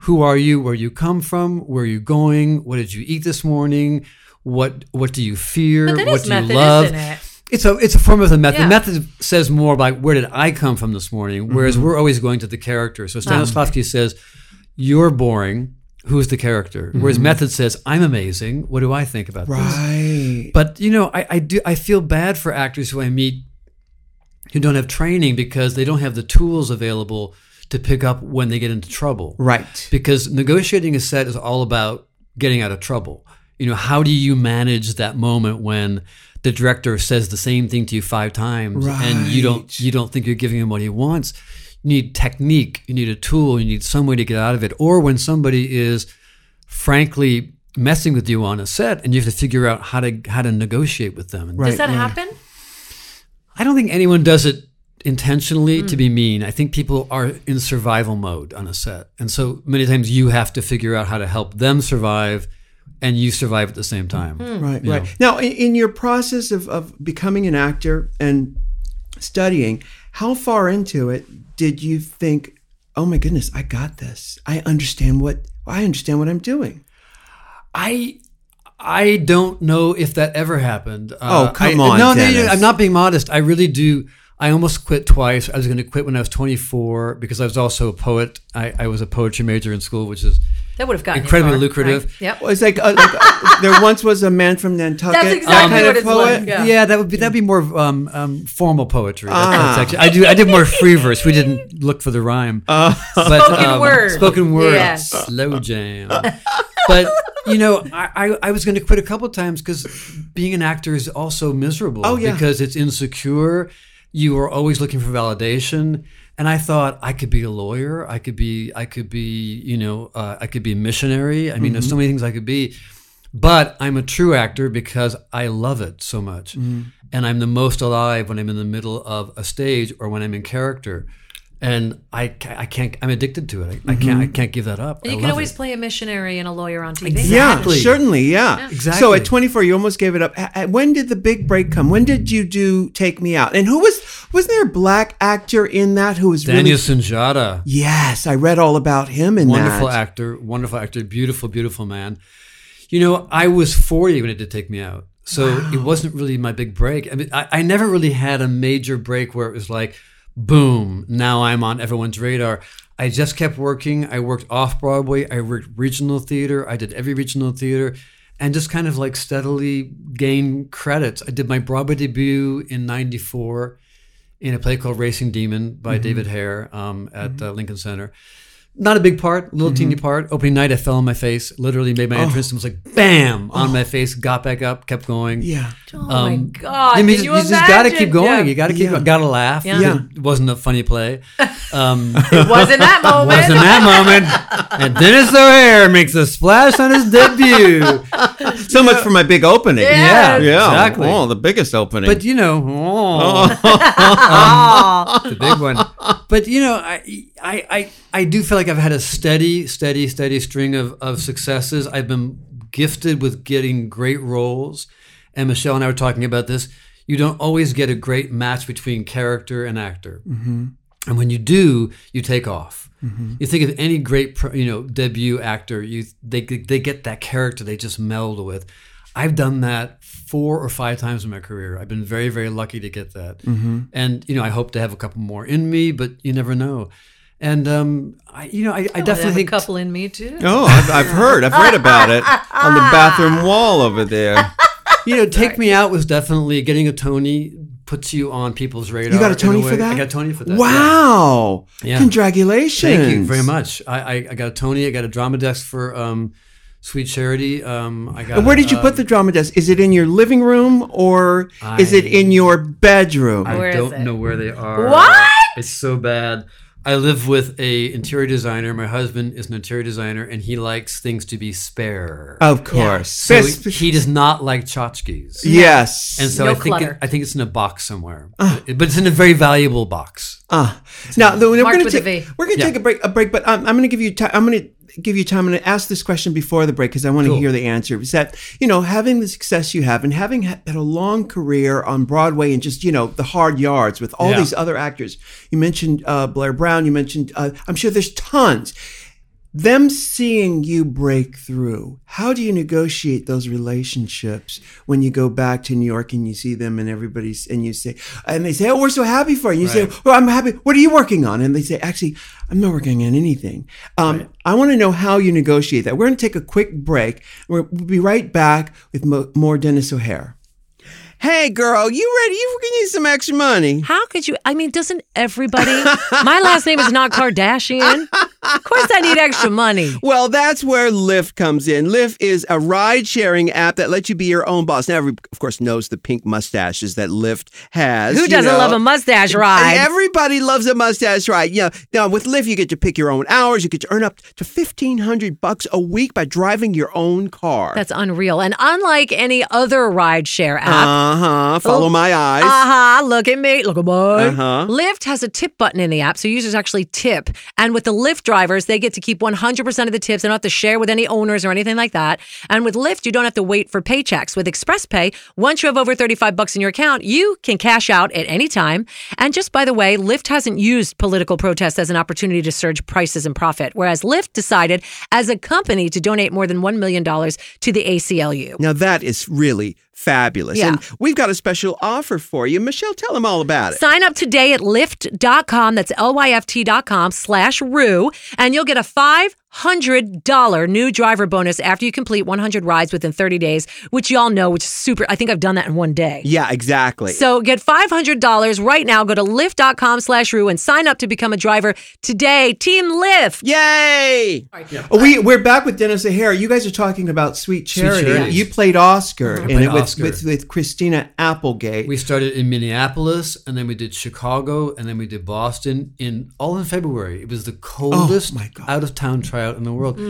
Speaker 4: Who are you? Where you come from? Where are you going? What did you eat this morning? What what do you fear?
Speaker 5: But that
Speaker 4: what
Speaker 5: is
Speaker 4: do
Speaker 5: method,
Speaker 4: you love?
Speaker 5: isn't it?
Speaker 4: It's a it's a form of the method.
Speaker 5: Yeah.
Speaker 4: The method says more about where did I come from this morning, whereas we're always going to the character. So Stanislavski says, "You're boring. Who's the character?" Whereas method says, "I'm amazing. What do I think about this?"
Speaker 2: Right.
Speaker 4: But you know, I, I do. I feel bad for actors who I meet who don't have training because they don't have the tools available to pick up when they get into trouble.
Speaker 2: Right.
Speaker 4: Because negotiating a set is all about getting out of trouble? You know, how do you manage that moment when the director says the same thing to you five times and you don't you don't think you're giving him what he wants? You need technique, you need a tool, you need some way to get out of it. Or when somebody is frankly messing with you on a set and you have to figure out how to how to negotiate with them. And
Speaker 5: Does that happen?
Speaker 4: I don't think anyone does it intentionally
Speaker 5: Hmm.
Speaker 4: to be mean. I think people are in survival mode on a set. And so many times you have to figure out how to help them survive and you survive at the same time.
Speaker 5: Hmm.
Speaker 2: Right, right. Now, in, in your process of, of becoming an actor and studying, how far into it did you think, oh my goodness, I got this. I understand what I understand what I'm doing.
Speaker 4: I I don't know if that ever happened. Uh,
Speaker 2: Oh, come
Speaker 4: I-
Speaker 2: on,
Speaker 4: No, no, no,
Speaker 2: Dennis.
Speaker 4: I'm not being modest. I really do. I almost quit twice. I was going to quit when I was 24 because I was also a poet. I, I was a poetry major in school, which is
Speaker 5: That would have gotten you
Speaker 4: Incredibly
Speaker 5: far,
Speaker 4: lucrative.
Speaker 5: right? Yep.
Speaker 2: Well, it's like, uh, like uh, there once was a man from Nantucket.
Speaker 5: That's
Speaker 2: that
Speaker 5: exactly
Speaker 2: kind
Speaker 5: what
Speaker 2: of
Speaker 5: it's like,
Speaker 2: poet.
Speaker 5: Yeah.
Speaker 4: Um, Yeah. that would be that'd be more um, um, formal poetry. That-
Speaker 2: Ah.
Speaker 4: that's actually- I do I did more free verse. We didn't look for the rhyme.
Speaker 2: Uh.
Speaker 4: But, um,
Speaker 5: Spoken word.
Speaker 4: Spoken word.
Speaker 5: Yes.
Speaker 4: Slow jam. but you know, I, I, I was going to quit a couple times because being an actor is also miserable.
Speaker 2: Oh, yeah.
Speaker 4: because it's insecure. You are always looking for validation. And I thought I could be a lawyer. I could be I could be you know uh, I could be a missionary. I mean,
Speaker 2: Mm-hmm.
Speaker 4: there's so many things I could be but I'm a true actor because I love it so much. And I'm the most alive when I'm in the middle of a stage or when I'm in character. And I, ca- I can't, I'm addicted to it. I, I can't, I can't give that up.
Speaker 5: And
Speaker 4: I
Speaker 5: you can
Speaker 4: love
Speaker 5: always
Speaker 4: it.
Speaker 5: play a missionary and a lawyer on TV.
Speaker 2: Yeah,
Speaker 4: Exactly.
Speaker 2: certainly. Yeah. So
Speaker 4: Exactly.
Speaker 2: at 24, you almost gave it up. A- a- When did the big break come? When did you do Take Me Out? And who was, wasn't there a black actor in that who was
Speaker 4: Daniel
Speaker 2: really.
Speaker 4: Sunjata,
Speaker 2: Yes, I read all about him in
Speaker 4: wonderful
Speaker 2: that.
Speaker 4: actor, wonderful actor, beautiful, beautiful man. You know, I was 40 when it did take me out. So it wasn't really my big break. I mean, I, I never really had a major break where it was like, boom, now I'm on everyone's radar. I just kept working. I worked off Broadway. I worked regional theater. I did every regional theater and just kind of like steadily gained credits. I did my Broadway debut in 94 in a play called Racing Demon by
Speaker 2: Mm-hmm.
Speaker 4: David Hare um, at uh, Lincoln Center. Not a big part,
Speaker 2: Mm-hmm.
Speaker 4: little teeny part. Opening night, I fell on my face, literally made my
Speaker 2: Oh.
Speaker 4: entrance and was like, bam, on my face, got back up, kept going.
Speaker 2: Yeah.
Speaker 5: Oh my God.
Speaker 4: I mean,
Speaker 5: can
Speaker 4: you,
Speaker 5: you
Speaker 4: just got to
Speaker 5: imagine?
Speaker 4: keep going.
Speaker 5: Yeah.
Speaker 4: You got to keep,
Speaker 2: Yeah.
Speaker 4: got to laugh.
Speaker 2: Yeah.
Speaker 4: It wasn't a funny play. Um,
Speaker 5: It was in that moment.
Speaker 4: was in that moment. And Dennis O'Hare makes a splash on his debut.
Speaker 2: So much for my big opening.
Speaker 4: Yeah,
Speaker 2: Yeah.
Speaker 4: exactly.
Speaker 2: Oh, the biggest opening.
Speaker 4: But you know, Um, the big one. But you know, I, I, I, I do feel like I've had a steady, steady, steady string of, of successes. I've been gifted with getting great roles. And Michelle and I were talking about this. You don't always get a great match between character and actor. And when you do, you take off.
Speaker 2: Mm-hmm.
Speaker 4: You think of any great, pro- you know, debut actor. You they they get that character they just meld with. I've done that four or five times in my career. I've been very very lucky to get that.
Speaker 2: Mm-hmm.
Speaker 4: And you know, I hope to have a couple more in me, but you never know. And um, I you know, I, I
Speaker 5: I have
Speaker 4: definitely
Speaker 5: a
Speaker 4: think
Speaker 5: couple in me too.
Speaker 2: oh, I've, I've heard. I've read about it on the bathroom wall over there.
Speaker 4: you know, Take Me Out was definitely getting a Tony puts you on people's radar.
Speaker 2: You got a
Speaker 4: in
Speaker 2: Tony
Speaker 4: way.
Speaker 2: for that?
Speaker 4: I got a Tony for that. yeah.
Speaker 2: Wow.
Speaker 4: Yeah.
Speaker 2: Congratulations.
Speaker 4: Thank you very much. I, I, I got a Tony. I got a drama desk for um, Sweet Charity. Um, I got.
Speaker 2: And where did you
Speaker 4: uh,
Speaker 2: put the drama desk? Is it in your living room or is it
Speaker 4: I-
Speaker 2: in your bedroom?
Speaker 4: I
Speaker 5: Where is
Speaker 4: don't
Speaker 5: it?
Speaker 4: know where they are.
Speaker 5: What?
Speaker 4: It's so bad. I live with a interior designer. My husband is an interior designer, and he likes things to be spare.
Speaker 2: of course.
Speaker 4: so
Speaker 2: Yes.
Speaker 4: he does not like tchotchkes.
Speaker 2: yes.
Speaker 4: And so
Speaker 5: No
Speaker 4: I think it,
Speaker 5: clutter.
Speaker 4: I think it's in a box somewhere, but it's in a very valuable box.
Speaker 2: Ah. now the, we're going
Speaker 5: Marked
Speaker 2: to
Speaker 5: with a
Speaker 2: take
Speaker 5: V.
Speaker 2: we're going to
Speaker 4: Yeah.
Speaker 2: take a break a break, but um, I'm going to give you time. I'm going to give you time. I'm going to ask this question before the break because I want to
Speaker 4: Cool.
Speaker 2: hear the answer. Is that you know having the success you have and having ha- had a long career on Broadway and just you know the hard yards with all
Speaker 4: Yeah.
Speaker 2: these other actors. You mentioned uh, Blair Brown. You mentioned uh, I'm sure there's tons. Them seeing you break through. How do you negotiate those relationships when you go back to New York and you see them and everybody's and you say and they say, "Oh, we're so happy for you." You say, "Well, I'm happy. What are you working on?" And they say, "Actually, I'm not working on anything." Um, I want to know how you negotiate that. We're going to take a quick break. We're, we'll be right back with mo- more Dennis O'Hare. Hey, girl, you ready? You can need some extra money.
Speaker 3: How could you? I mean, doesn't everybody? My last name is not Kardashian. Of course, I need extra money.
Speaker 2: Well, that's where Lyft comes in. Lyft is a ride sharing app that lets you be your own boss. Now, every, of course, knows the pink mustaches that Lyft has.
Speaker 3: Who
Speaker 2: you
Speaker 3: doesn't
Speaker 2: know.
Speaker 3: love a mustache ride?
Speaker 2: And everybody loves a mustache ride. Yeah. Now with Lyft, you get to pick your own hours. You get to earn up to fifteen hundred bucks a week by driving your own car.
Speaker 3: That's unreal. And unlike any other rideshare app,
Speaker 2: uh huh.
Speaker 3: Oh,
Speaker 2: Follow my eyes.
Speaker 3: aha, Uh-huh, look at me, look at mine.
Speaker 2: Uh-huh.
Speaker 3: Lyft has a tip button in the app, so users actually tip. And with the Lyft drivers, they get to keep 100% of the tips. They don't have to share with any owners or anything like that. And with Lyft, you don't have to wait for paychecks. With ExpressPay, once you have over 35 bucks in your account, you can cash out at any time. And just by the way, Lyft hasn't used political protest as an opportunity to surge prices and profit, whereas Lyft decided as a company to donate more than $1 million to the ACLU.
Speaker 2: now that is really fabulous.
Speaker 3: Yeah.
Speaker 2: And we've got a special offer for you, Michelle. Tell them all about it.
Speaker 3: Sign up today at lyft.com. That's L-Y-F-T.com slash rue. And you'll get a $500 new driver bonus after you complete 100 rides within 30 days, which y'all know, which is super. I think I've done that in one day.
Speaker 2: yeah, exactly.
Speaker 3: So get $500 right now. Go to lyft.com slash rue and sign up to become a driver today. Team Lyft.
Speaker 2: Yay! Oh, we we're back with Dennis O'Hara. You guys are talking about Sweet Charity.
Speaker 4: Charity.
Speaker 2: You played Oscar in
Speaker 4: played
Speaker 2: it with,
Speaker 4: Oscar.
Speaker 2: with with Christina Applegate.
Speaker 4: We started in Minneapolis, and then we did Chicago, and then we did Boston. In all in February, it was the coldest
Speaker 2: my God.
Speaker 4: out of town tryout in the world.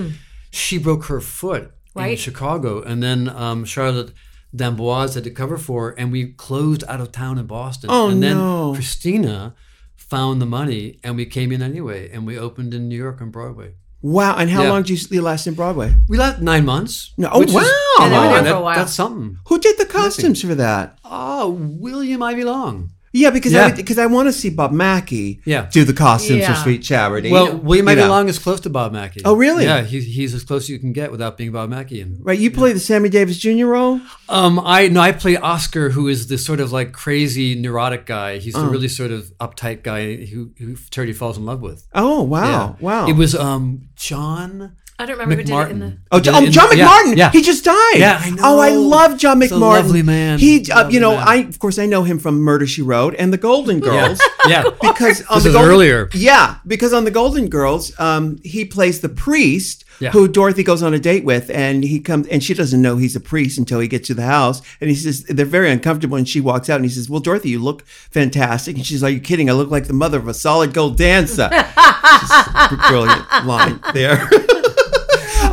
Speaker 4: She broke her foot in
Speaker 5: Mm. Right.
Speaker 4: Chicago, and then um, Charlotte Damboise had to cover for, her, and we closed out of town in Boston.
Speaker 2: Oh,
Speaker 4: and then
Speaker 2: no.
Speaker 4: Christina found the money, and we came in anyway, and we opened in New York on Broadway.
Speaker 2: wow! And how
Speaker 4: Yeah.
Speaker 2: long did you last in Broadway?
Speaker 4: We left nine months.
Speaker 2: No- oh,
Speaker 4: which is-
Speaker 2: wow. Yeah, they were there
Speaker 5: for a
Speaker 4: that-
Speaker 5: while.
Speaker 4: That's something.
Speaker 2: Who did the costumes for that?
Speaker 4: Oh, William Ivy Long.
Speaker 2: Yeah, because
Speaker 4: Yeah.
Speaker 2: I because I want to see Bob Mackey
Speaker 4: Yeah.
Speaker 2: do the costumes for
Speaker 5: Yeah.
Speaker 2: Sweet Charity.
Speaker 4: Well, William
Speaker 2: You
Speaker 4: Ivy
Speaker 2: know.
Speaker 4: Long is close to Bob Mackey.
Speaker 2: Oh, really?
Speaker 4: Yeah, he, he's as close as you can get without being Bob Mackey. And
Speaker 2: Right, you play the Sammy Davis Jr. role.
Speaker 4: um, I no, I play Oscar, who is this sort of like crazy neurotic guy. He's
Speaker 2: Oh.
Speaker 4: the really sort of uptight guy who who Charity falls in love with.
Speaker 2: Oh wow,
Speaker 4: Yeah.
Speaker 2: wow!
Speaker 4: It was um John
Speaker 5: I don't remember who did it in the.
Speaker 4: McMartin.
Speaker 2: Oh, John, oh, John
Speaker 4: Yeah,
Speaker 2: McMartin.
Speaker 4: Yeah,
Speaker 2: He just died.
Speaker 4: Yeah, I know.
Speaker 2: Oh, I love John McMartin.
Speaker 4: He's a lovely man.
Speaker 2: He, uh,
Speaker 4: Lovely
Speaker 2: you know,
Speaker 4: man.
Speaker 2: I of course I know him from Murder She Wrote and The Golden Girls.
Speaker 4: yeah.
Speaker 2: Because on
Speaker 4: This
Speaker 2: the
Speaker 4: was
Speaker 2: Golden,
Speaker 4: earlier.
Speaker 2: yeah, because on the Golden Girls, um, he plays the priest
Speaker 4: Yeah.
Speaker 2: who Dorothy goes on a date with, and he comes and she doesn't know he's a priest until he gets to the house, and he says they're very uncomfortable, and she walks out, and he says, "Well, Dorothy, you look fantastic," and she's, "Are you kidding? I look like the mother of a solid gold dancer." Just brilliant line there.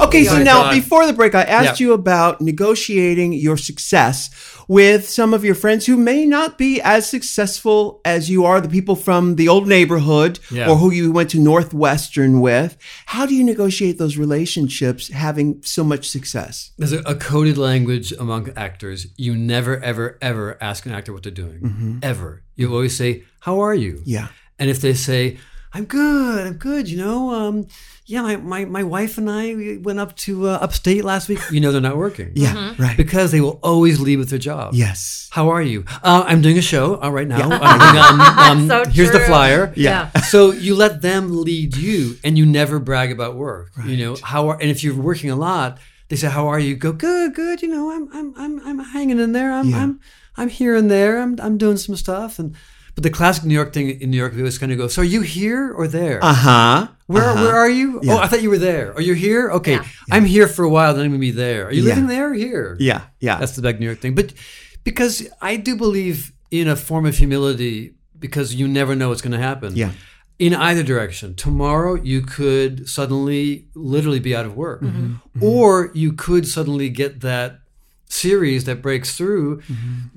Speaker 2: Okay, so
Speaker 4: Oh my
Speaker 2: now
Speaker 4: God.
Speaker 2: before the break, I asked
Speaker 4: Yeah.
Speaker 2: you about negotiating your success with some of your friends who may not be as successful as you are, the people from the old neighborhood
Speaker 4: Yeah.
Speaker 2: or who you went to Northwestern with. How do you negotiate those relationships having so much success?
Speaker 4: There's a, a coded language among actors. You never, ever, ever ask an actor what they're doing. Ever. You always say, "How are you?"
Speaker 2: Mm-hmm. Yeah.
Speaker 4: And if they say, I'm good, I'm good, you know, um, yeah, my, my, my wife and I we went up to uh, upstate last week, you know they're not working. Mm-hmm.
Speaker 2: Yeah,
Speaker 5: Mm-hmm.
Speaker 2: right.
Speaker 4: Because they will always leave with their job.
Speaker 2: yes.
Speaker 4: How are you? Uh, I'm doing a show uh, right now. I'm doing, um, um,
Speaker 5: So
Speaker 4: here's the
Speaker 5: true.
Speaker 4: flyer.
Speaker 5: Yeah.
Speaker 4: So you let them lead you, and you never brag about work. You know how are, and if you're working a lot, they say, "How are you?" Go good, good. You know, I'm I'm I'm I'm hanging in there. I'm I'm I'm here and there. I'm I'm doing some stuff. And but the classic New York thing in New York, they always kind of go, "So are you here or there?"
Speaker 2: Uh huh.
Speaker 4: Where, where are you? Oh, I thought you were there. Are you here? Okay, I'm here for a while. Then I'm gonna be there. Are you
Speaker 2: Yeah.
Speaker 4: living there? Or here?
Speaker 2: Yeah, yeah.
Speaker 4: That's the big New York thing. But because I do believe in a form of humility, because you never know what's going to happen.
Speaker 2: Yeah.
Speaker 4: In either direction. Tomorrow, you could suddenly literally be out of work, or you could suddenly get that series that breaks through.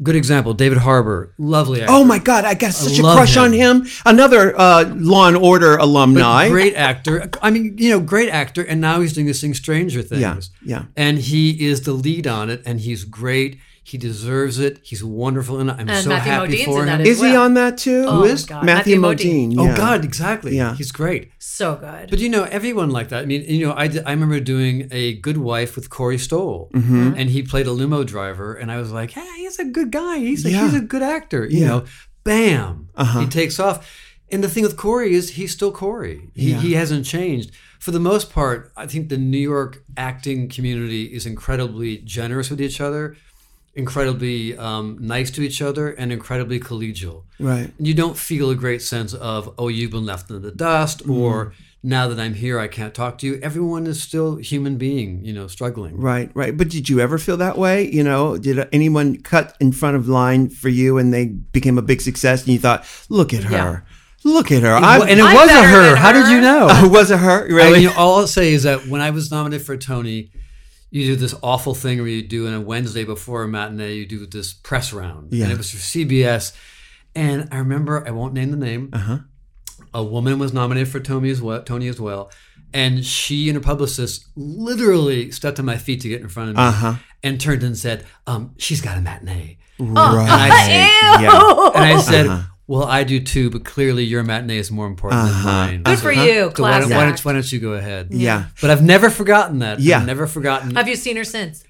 Speaker 4: Good example David Harbour, lovely actor.
Speaker 2: Mm-hmm. Oh my God! I got such a
Speaker 4: love
Speaker 2: crush
Speaker 4: him.
Speaker 2: on him. Another uh, Law and Order alumni.
Speaker 4: Great actor. I mean, you know, great actor. And now he's doing this thing, Stranger Things.
Speaker 2: Yeah, yeah.
Speaker 4: And he is the lead on it, and he's great. He deserves it. He's wonderful, and I'm
Speaker 5: And
Speaker 4: so
Speaker 5: Matthew
Speaker 4: happy
Speaker 5: Modine's
Speaker 4: for
Speaker 5: in
Speaker 4: him.
Speaker 5: that as
Speaker 2: Is he
Speaker 5: well.
Speaker 2: on that too?
Speaker 5: Oh
Speaker 2: Who
Speaker 5: my
Speaker 2: is
Speaker 5: God,
Speaker 2: Matthew,
Speaker 5: Matthew
Speaker 2: Modine?
Speaker 5: Modine.
Speaker 4: oh
Speaker 2: yeah.
Speaker 4: God, exactly.
Speaker 2: Yeah.
Speaker 4: he's great.
Speaker 5: So good.
Speaker 4: But you know, everyone like that. I mean, you know, I, d- I remember doing a Good Wife with Corey Stoll,
Speaker 2: Mm-hmm.
Speaker 4: and he played a limo driver, and I was like, hey, he's a good guy. He's a, he's
Speaker 2: Yeah.
Speaker 4: a good actor. You
Speaker 2: Yeah. Uh-huh.
Speaker 4: know, bam, he takes off. And the thing with Corey is he's still Corey. He, he hasn't changed. For the most part, I think the New York acting community is incredibly generous with each other, incredibly um, nice to each other, and incredibly collegial
Speaker 2: Right. Mm-hmm.
Speaker 4: and you don't feel a great sense of oh you've been left in the dust or now that I'm here, I can't talk to you. Everyone is still human being, you know, struggling.
Speaker 2: Right, right. But did you ever feel that way? You know, did anyone cut in front of line for you and they became a big success and you thought, look at her.
Speaker 5: Yeah.
Speaker 2: Look at her.
Speaker 4: It
Speaker 2: I-
Speaker 4: wa- and it
Speaker 5: I'm
Speaker 4: was a
Speaker 5: better
Speaker 4: her.
Speaker 5: than
Speaker 4: How did
Speaker 5: her.
Speaker 4: you know?
Speaker 2: Oh, was it her?
Speaker 4: I,
Speaker 2: Really?
Speaker 4: you know, all I'll say is that when I was nominated for a Tony, you do this awful thing where you do on a Wednesday before a matinee, you do this press round.
Speaker 2: Yeah.
Speaker 4: And it was for CBS. And I remember, I won't name the name, uh-huh. a woman was nominated for Tony as well. Tony as well and she and her publicist literally stepped on my feet to get in front of me
Speaker 2: Uh-huh.
Speaker 4: and turned and said, um, She's got a matinee.
Speaker 2: right.
Speaker 4: Oh, I said,
Speaker 5: Oh,
Speaker 2: Yeah.
Speaker 4: and I said,
Speaker 2: Uh-huh.
Speaker 4: Well, I do too, but clearly your matinee is more important than mine.
Speaker 5: Good for
Speaker 4: Huh?
Speaker 5: you,
Speaker 4: So why
Speaker 5: class
Speaker 4: don't, why, don't,
Speaker 5: act.
Speaker 4: why don't you go ahead?
Speaker 2: Uh-huh. Yeah.
Speaker 4: But I've never forgotten that.
Speaker 2: Yeah.
Speaker 4: I've never forgotten.
Speaker 5: Have you seen her since?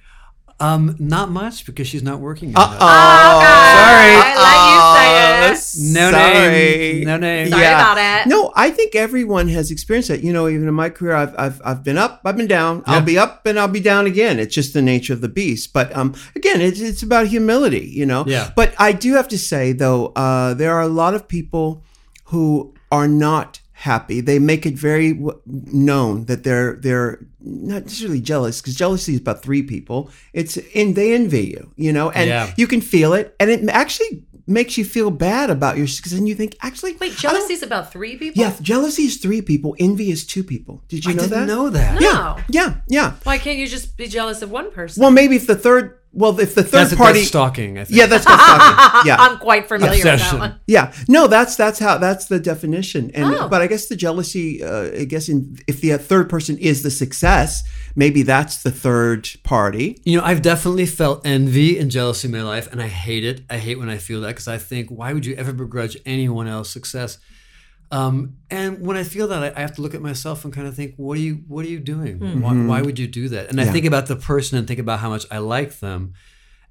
Speaker 4: um, not much because she's not working.
Speaker 2: Uh
Speaker 4: Uh
Speaker 5: I let you say it.
Speaker 4: No
Speaker 2: Sorry.
Speaker 4: name. No name.
Speaker 5: Sorry about it.
Speaker 2: No, I think everyone has experienced that. You know, even in my career, I've I've, I've been up, I've been down. I'll
Speaker 4: Yeah.
Speaker 2: be up and I'll be down again. It's just the nature of the beast. But um, again, it's it's about humility. You know.
Speaker 4: Yeah.
Speaker 2: But I do have to say though, uh, there are a lot of people who are not happy. They make it very w- known that they're they're not necessarily jealous because jealousy is about three people. It's and they envy you. You know, and
Speaker 4: Yeah.
Speaker 2: you can feel it, and it actually makes you feel bad about your because then you think actually I
Speaker 5: Wait,
Speaker 2: don't-
Speaker 5: jealousy's about three people?
Speaker 2: yeah, jealousy is three people, envy is two people. Did you
Speaker 4: I
Speaker 2: know
Speaker 4: didn't
Speaker 2: that?
Speaker 4: know that.
Speaker 5: No.
Speaker 2: Yeah, yeah, yeah.
Speaker 5: Why can't you just be jealous of one person?
Speaker 2: Well, maybe if the third, well, if the third
Speaker 4: That's,
Speaker 2: party,
Speaker 4: that's stalking. I think.
Speaker 2: yeah, that's what's happening. Yeah,
Speaker 5: I'm quite familiar
Speaker 4: Obsession.
Speaker 5: with that one.
Speaker 2: yeah. No, that's that's how that's the definition. And
Speaker 5: Oh.
Speaker 2: but I guess the jealousy, uh, I guess, in, if the third person is the success, maybe that's the third party.
Speaker 4: You know, I've definitely felt envy and jealousy in my life, and I hate it. I hate when I feel that because I think, why would you ever begrudge anyone else success? Um, and when I feel that, I, I have to look at myself and kind of think, what are you, what are you doing?
Speaker 5: Hmm.
Speaker 4: Why,
Speaker 2: Mm-hmm.
Speaker 4: why would you do that? And I think about the person and think about how much I like them,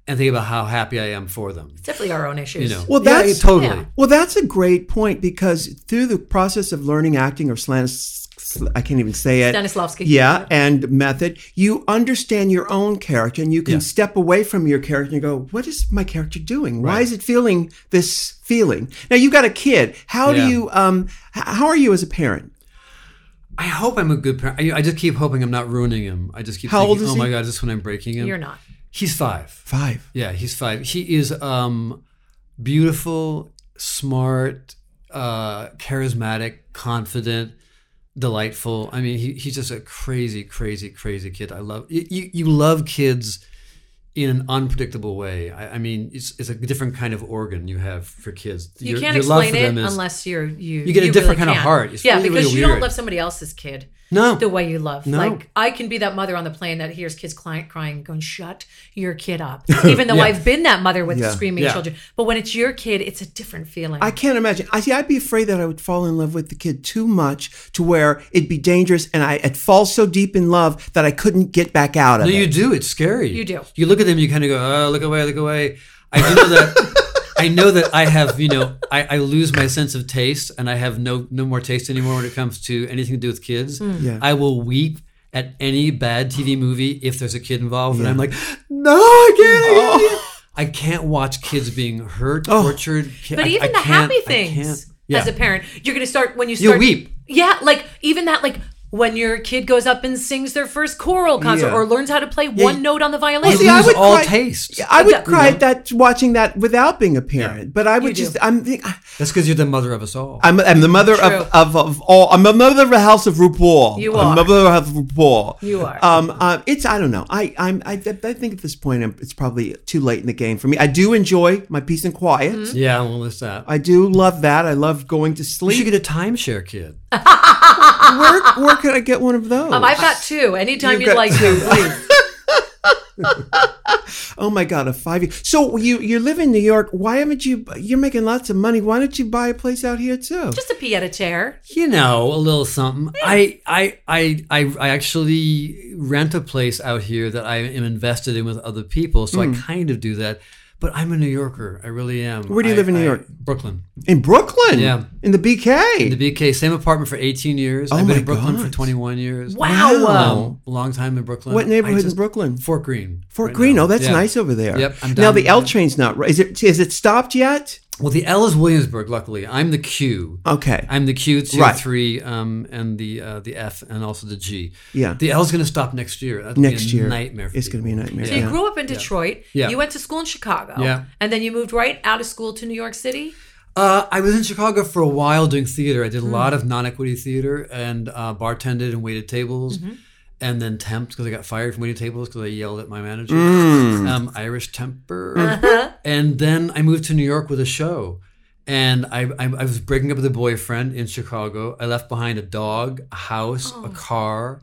Speaker 4: and think about how happy I am for them.
Speaker 5: It's definitely our own issues.
Speaker 4: You know,
Speaker 2: Well,
Speaker 4: Yeah,
Speaker 2: that's-
Speaker 4: totally.
Speaker 5: yeah.
Speaker 2: Well, that's a great point because through the process of learning acting or slanis, sl- I can't even say it.
Speaker 5: Stanislavski.
Speaker 2: Yeah, and method. You understand your own character and you can
Speaker 4: Yeah.
Speaker 2: step away from your character and go, what is my character doing? Why is it feeling this feeling? Now you've got a kid. How do
Speaker 4: Yeah.
Speaker 2: you um h- how are you as a parent?
Speaker 4: I hope I'm a good parent. I, I just keep hoping I'm not ruining him. I just keep
Speaker 2: How
Speaker 4: thinking,
Speaker 2: old is
Speaker 4: oh
Speaker 2: he?
Speaker 4: my god, is this when I'm breaking him?
Speaker 5: You're not.
Speaker 4: He's five.
Speaker 2: Five.
Speaker 4: Yeah, he's five. He is um, beautiful, smart, uh, charismatic, confident, delightful. I mean, he, he's just a crazy, crazy, crazy kid. I love you. you- You love kids in an unpredictable way. I, I mean, it's, it's a different kind of organ you have for kids.
Speaker 5: You
Speaker 4: Your-
Speaker 5: can't
Speaker 4: your love
Speaker 5: explain
Speaker 4: for
Speaker 5: it
Speaker 4: them is-
Speaker 5: unless you're you.
Speaker 4: You get a
Speaker 5: really
Speaker 4: different kind of
Speaker 5: can.
Speaker 4: heart. It's
Speaker 5: yeah,
Speaker 4: really,
Speaker 5: because
Speaker 4: really
Speaker 5: you don't
Speaker 4: weird.
Speaker 5: love somebody else's kid
Speaker 4: no
Speaker 5: the way you love.
Speaker 4: No.
Speaker 5: Like I can be that mother on the plane that hears kids cli- crying, going, "Shut your kid up." Even though
Speaker 4: Yeah.
Speaker 5: I've been that mother with
Speaker 2: Yeah.
Speaker 5: screaming
Speaker 4: Yeah.
Speaker 5: children, but when it's your kid, it's a different feeling.
Speaker 2: I can't imagine. I see. I'd be afraid that I would fall in love with the kid too much to where it'd be dangerous, and I would fall so deep in love that I couldn't get back out of
Speaker 4: No,
Speaker 2: it.
Speaker 4: you do. It's scary.
Speaker 5: You do.
Speaker 4: You look at them. You kind of go, oh, look away, look away. I do know that. I know that I have, you know, I, I lose my sense of taste, and I have no no more taste anymore when it comes to anything to do with kids.
Speaker 5: Hmm.
Speaker 2: Yeah.
Speaker 4: I will weep at any bad TV movie if there's a kid involved, and I'm like, no, I can't. I can't. I can't watch kids being hurt, tortured. Ki-
Speaker 5: but
Speaker 4: I-
Speaker 5: even
Speaker 4: I
Speaker 5: the
Speaker 4: can't-
Speaker 5: happy
Speaker 4: I can't.
Speaker 5: things
Speaker 4: Yeah.
Speaker 5: as a parent, you're going to start when you
Speaker 4: You'll
Speaker 5: start.
Speaker 4: weep.
Speaker 5: Yeah, like even that, like when your kid goes up and sings their first choral concert
Speaker 2: Yeah.
Speaker 5: or learns how to play one note on the violin.
Speaker 4: You
Speaker 2: See, I
Speaker 4: lose
Speaker 2: would
Speaker 4: all
Speaker 2: cry-
Speaker 4: taste.
Speaker 2: I would
Speaker 5: Yeah.
Speaker 2: cry at that watching that without being a parent, but I would
Speaker 5: do.
Speaker 2: just. I'm. Think,
Speaker 4: That's because you're the mother of us all.
Speaker 2: I'm, I'm the mother of,
Speaker 5: True.
Speaker 2: of, of all. I'm the mother of the house of RuPaul.
Speaker 5: You
Speaker 2: I'm the
Speaker 5: are.
Speaker 2: mother of RuPaul.
Speaker 5: You are.
Speaker 2: Um, uh, it's I don't know. I I'm I, I think at this point I'm, it's probably too late in the game for me. I do enjoy my peace and quiet.
Speaker 5: Mm-hmm.
Speaker 4: yeah, well, that's that.
Speaker 2: I do love that. I love going to
Speaker 4: we should
Speaker 2: sleep.
Speaker 4: get a timeshare kid.
Speaker 2: where where could I get one of those?
Speaker 5: Um, I've got two. Anytime
Speaker 2: You've
Speaker 5: you'd
Speaker 2: got
Speaker 5: like
Speaker 2: two.
Speaker 5: to, please.
Speaker 2: oh my god, a five year. So you you live in New York. Why haven't you? You're making lots of money. Why don't you buy a place out here too?
Speaker 5: Just a pied a terre.
Speaker 4: you know a little something I, I i i i actually rent a place out here that i am invested in with other people so
Speaker 2: Hmm.
Speaker 4: i kind of do that but i'm a new yorker i really am
Speaker 2: Where do you
Speaker 4: I-
Speaker 2: live in New
Speaker 4: I-
Speaker 2: York?
Speaker 4: brooklyn
Speaker 2: in Brooklyn.
Speaker 4: Yeah.
Speaker 2: In the BK.
Speaker 4: the bk same apartment for 18 years
Speaker 2: Oh
Speaker 4: i've been
Speaker 2: my
Speaker 4: in brooklyn
Speaker 2: God.
Speaker 4: for 21 years
Speaker 5: Wow.
Speaker 4: Wow. long time in brooklyn
Speaker 2: what neighborhood
Speaker 4: I
Speaker 2: in
Speaker 4: just-
Speaker 2: Brooklyn?
Speaker 4: fort green
Speaker 2: Fort
Speaker 4: right
Speaker 2: Greene.
Speaker 4: now.
Speaker 2: Oh, that's
Speaker 4: Yeah.
Speaker 2: nice over there.
Speaker 4: Yep, I'm
Speaker 2: now
Speaker 4: down
Speaker 2: the
Speaker 4: there.
Speaker 2: L train's not right. Is it? Is it stopped yet?
Speaker 4: Well, the L is Williamsburg. Luckily, I'm the Q.
Speaker 2: Okay.
Speaker 4: I'm the Q two
Speaker 2: Right.
Speaker 4: three um, and the uh, the F and also the G.
Speaker 2: Yeah.
Speaker 4: The L is going to stop next year. That'll
Speaker 2: Next
Speaker 4: be a
Speaker 2: year.
Speaker 4: nightmare. For
Speaker 2: It's going to be a nightmare.
Speaker 5: So you
Speaker 2: yeah.
Speaker 5: grew up in Detroit.
Speaker 4: Yeah.
Speaker 5: You went to school in Chicago.
Speaker 4: Yeah.
Speaker 5: And then you moved right out of school to New York City.
Speaker 4: Uh, I was in Chicago for a while doing theater. I did a
Speaker 5: Hmm.
Speaker 4: lot of non-equity theater and uh, bartended and waited tables,
Speaker 5: Mm-hmm.
Speaker 4: and then temped because I got fired from waiting tables because I yelled at my manager. Um, Irish temper.
Speaker 5: Uh-huh.
Speaker 4: And then I moved to New York with a show, and I, I I was breaking up with a boyfriend in Chicago. I left behind a dog, a house,
Speaker 5: Oh.
Speaker 4: a car,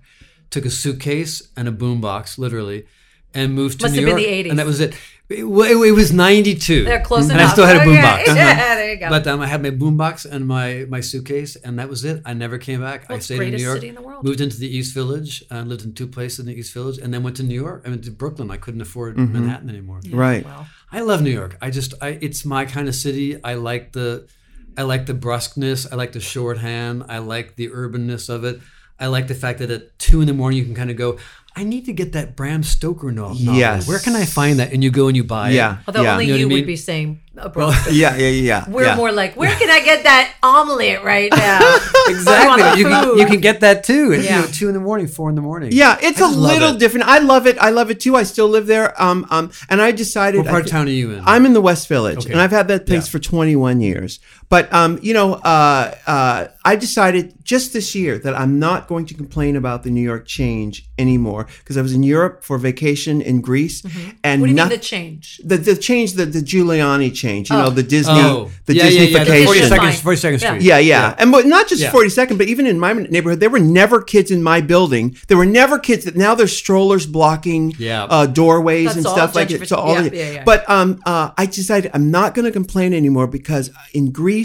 Speaker 4: took a suitcase and a boombox, literally, and moved to
Speaker 5: Must
Speaker 4: New
Speaker 5: have been
Speaker 4: York.
Speaker 5: the 80s.
Speaker 4: And that was it. It, wa- it was ninety-two.
Speaker 5: They're close
Speaker 2: Mm-hmm.
Speaker 4: and
Speaker 5: enough.
Speaker 4: I still had a
Speaker 5: Okay.
Speaker 4: boombox.
Speaker 5: Yeah, there you go.
Speaker 4: But um, I had my boombox and my my suitcase, and that was it. I never came back. I
Speaker 5: World's
Speaker 4: stayed in New
Speaker 5: greatest
Speaker 4: York.
Speaker 5: city in the world.
Speaker 4: Moved into the East Village. Uh, lived in two places in the East Village, and then went to New York. I went to Brooklyn. I couldn't afford Manhattan anymore.
Speaker 2: Mm-hmm. Right.
Speaker 5: Well,
Speaker 4: I love New York. I just, I, it's my kind of city. I like the, I like the brusqueness. I like the shorthand. I like the urbanness of it. I like the fact that at two in the morning you can kind of go. I need to get that Bram Stoker no- novel.
Speaker 2: Yes.
Speaker 4: Where can I find that? And you go and you buy
Speaker 2: Yeah.
Speaker 4: it.
Speaker 5: although
Speaker 2: yeah.
Speaker 5: only
Speaker 4: You
Speaker 5: you,
Speaker 4: know what I mean?
Speaker 5: would be saying abroad.
Speaker 2: yeah. Yeah. Yeah.
Speaker 5: We're
Speaker 2: yeah.
Speaker 5: more like, where can I get that omelet right now? I want
Speaker 4: Exactly. You can,
Speaker 5: food.
Speaker 4: you can get that too. It's,
Speaker 5: Yeah.
Speaker 4: You know, two in the morning, four in the morning.
Speaker 2: Yeah, it's
Speaker 4: I
Speaker 2: a
Speaker 4: just love
Speaker 2: little
Speaker 4: it.
Speaker 2: different. I love it. I love it too. I still live there. Um, um, and I decided.
Speaker 4: What part
Speaker 2: I
Speaker 4: of
Speaker 2: thi-
Speaker 4: town are you in?
Speaker 2: I'm in the West Village,
Speaker 4: Okay.
Speaker 2: and I've had that place
Speaker 4: Yeah.
Speaker 2: for 21 years. But um, you know, uh, uh, I decided just this year that I'm not going to complain about the New York change anymore because I was in Europe for vacation in Greece, and
Speaker 5: Mm-hmm. what do you
Speaker 2: noth-
Speaker 5: mean the change?
Speaker 2: the, the change, the, the Giuliani change, you know, the Disney,
Speaker 4: Oh,
Speaker 2: the
Speaker 4: yeah, yeah, yeah.
Speaker 2: Disneyfication.
Speaker 4: 42nd,
Speaker 5: Fine.
Speaker 4: 42nd
Speaker 5: Yeah.
Speaker 4: Street.
Speaker 2: Yeah, yeah, and but not just
Speaker 4: Yeah.
Speaker 2: 42nd, but even in my neighborhood, there were never kids in my building. There were never kids. That now there's strollers blocking
Speaker 4: Yeah.
Speaker 2: uh, doorways
Speaker 5: That's
Speaker 2: and
Speaker 5: all
Speaker 2: stuff like it. So
Speaker 5: gentrific-
Speaker 2: all
Speaker 5: yeah,
Speaker 2: of it.
Speaker 5: yeah, yeah.
Speaker 2: But um, uh, I decided I'm not going to complain anymore because in Greece.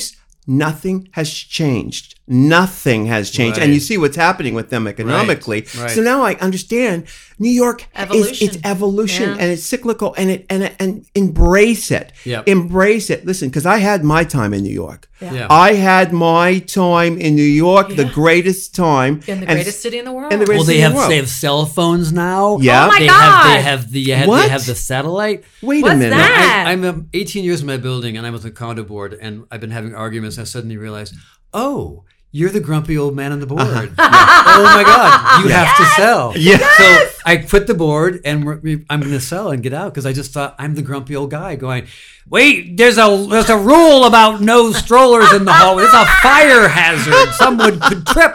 Speaker 2: Nothing has changed. Nothing has changed, and
Speaker 4: Right.
Speaker 2: you see what's happening with them economically.
Speaker 4: right.
Speaker 2: So now I understand New York is
Speaker 5: Evolution.
Speaker 2: it's evolution
Speaker 5: Yeah.
Speaker 2: and it's cyclical, and it and and embrace it.
Speaker 4: Yep.
Speaker 2: Embrace it. Listen, because I had my time in New York.
Speaker 4: Yeah.
Speaker 2: I had my time in New York, the greatest time.
Speaker 5: In the
Speaker 2: And-
Speaker 5: greatest city in the world.
Speaker 2: and the
Speaker 4: Well,
Speaker 2: greatest
Speaker 4: they
Speaker 2: city in
Speaker 4: have
Speaker 2: the world.
Speaker 4: they have cell phones now.
Speaker 2: Yeah. Oh my
Speaker 4: they
Speaker 5: God.
Speaker 4: Have, they have the they have,
Speaker 2: What?
Speaker 4: they have the satellite.
Speaker 2: Wait a
Speaker 5: What's
Speaker 2: minute.
Speaker 5: that?
Speaker 4: I, I'm um, 18 years in my building, and I was on the condo board, and I've been having arguments. And I suddenly realized, oh, you're the grumpy old man on the board. Oh my God, you have to sell.
Speaker 2: Yes.
Speaker 4: So I quit the board, and we're, we, I'm going to sell and get out because I just thought I'm the grumpy old guy going. Wait, there's a there's a rule about no strollers in the hallway. It's a fire hazard. Someone could trip.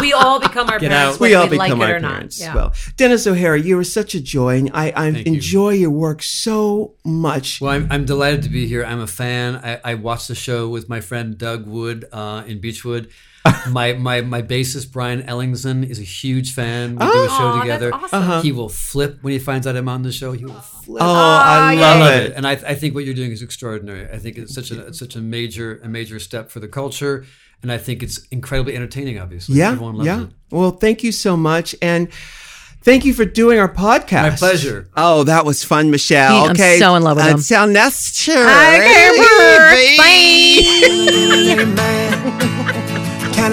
Speaker 5: we all become our
Speaker 4: Get
Speaker 5: parents.
Speaker 4: out.
Speaker 5: Whether
Speaker 2: We all
Speaker 5: we
Speaker 2: become
Speaker 5: like it
Speaker 2: our
Speaker 5: or not.
Speaker 2: parents.
Speaker 5: Yeah.
Speaker 2: Well, Dennis O'Hara, you are such a joy, and I, I
Speaker 4: you.
Speaker 2: enjoy your work so much.
Speaker 4: Well, I'm, I'm delighted to be here. I'm a fan. I, I watched the show with my friend Doug Wood uh, in Beechwood. my, my my bassist Brian Ellingson is a huge fan. We do a
Speaker 5: Aw,
Speaker 4: show
Speaker 5: that's
Speaker 4: together.
Speaker 5: awesome. Uh-huh.
Speaker 4: He will flip when he finds out I'm on the show. He will flip.
Speaker 2: oh, I
Speaker 5: yeah,
Speaker 2: love
Speaker 4: I love
Speaker 2: it.
Speaker 4: it. And I, I think what you're doing is extraordinary. I think it's such a it's such a major a major step for the culture, and I think it's incredibly entertaining. Obviously,
Speaker 2: Yeah.
Speaker 4: everyone loves
Speaker 2: yeah.
Speaker 4: it.
Speaker 2: Well, thank you so much. And thank you for doing our podcast.
Speaker 4: My pleasure.
Speaker 2: Oh, that was fun, Michelle.
Speaker 3: He- I'm
Speaker 2: okay.
Speaker 3: so in love with him.
Speaker 2: Until next time.
Speaker 3: Okay,
Speaker 2: Can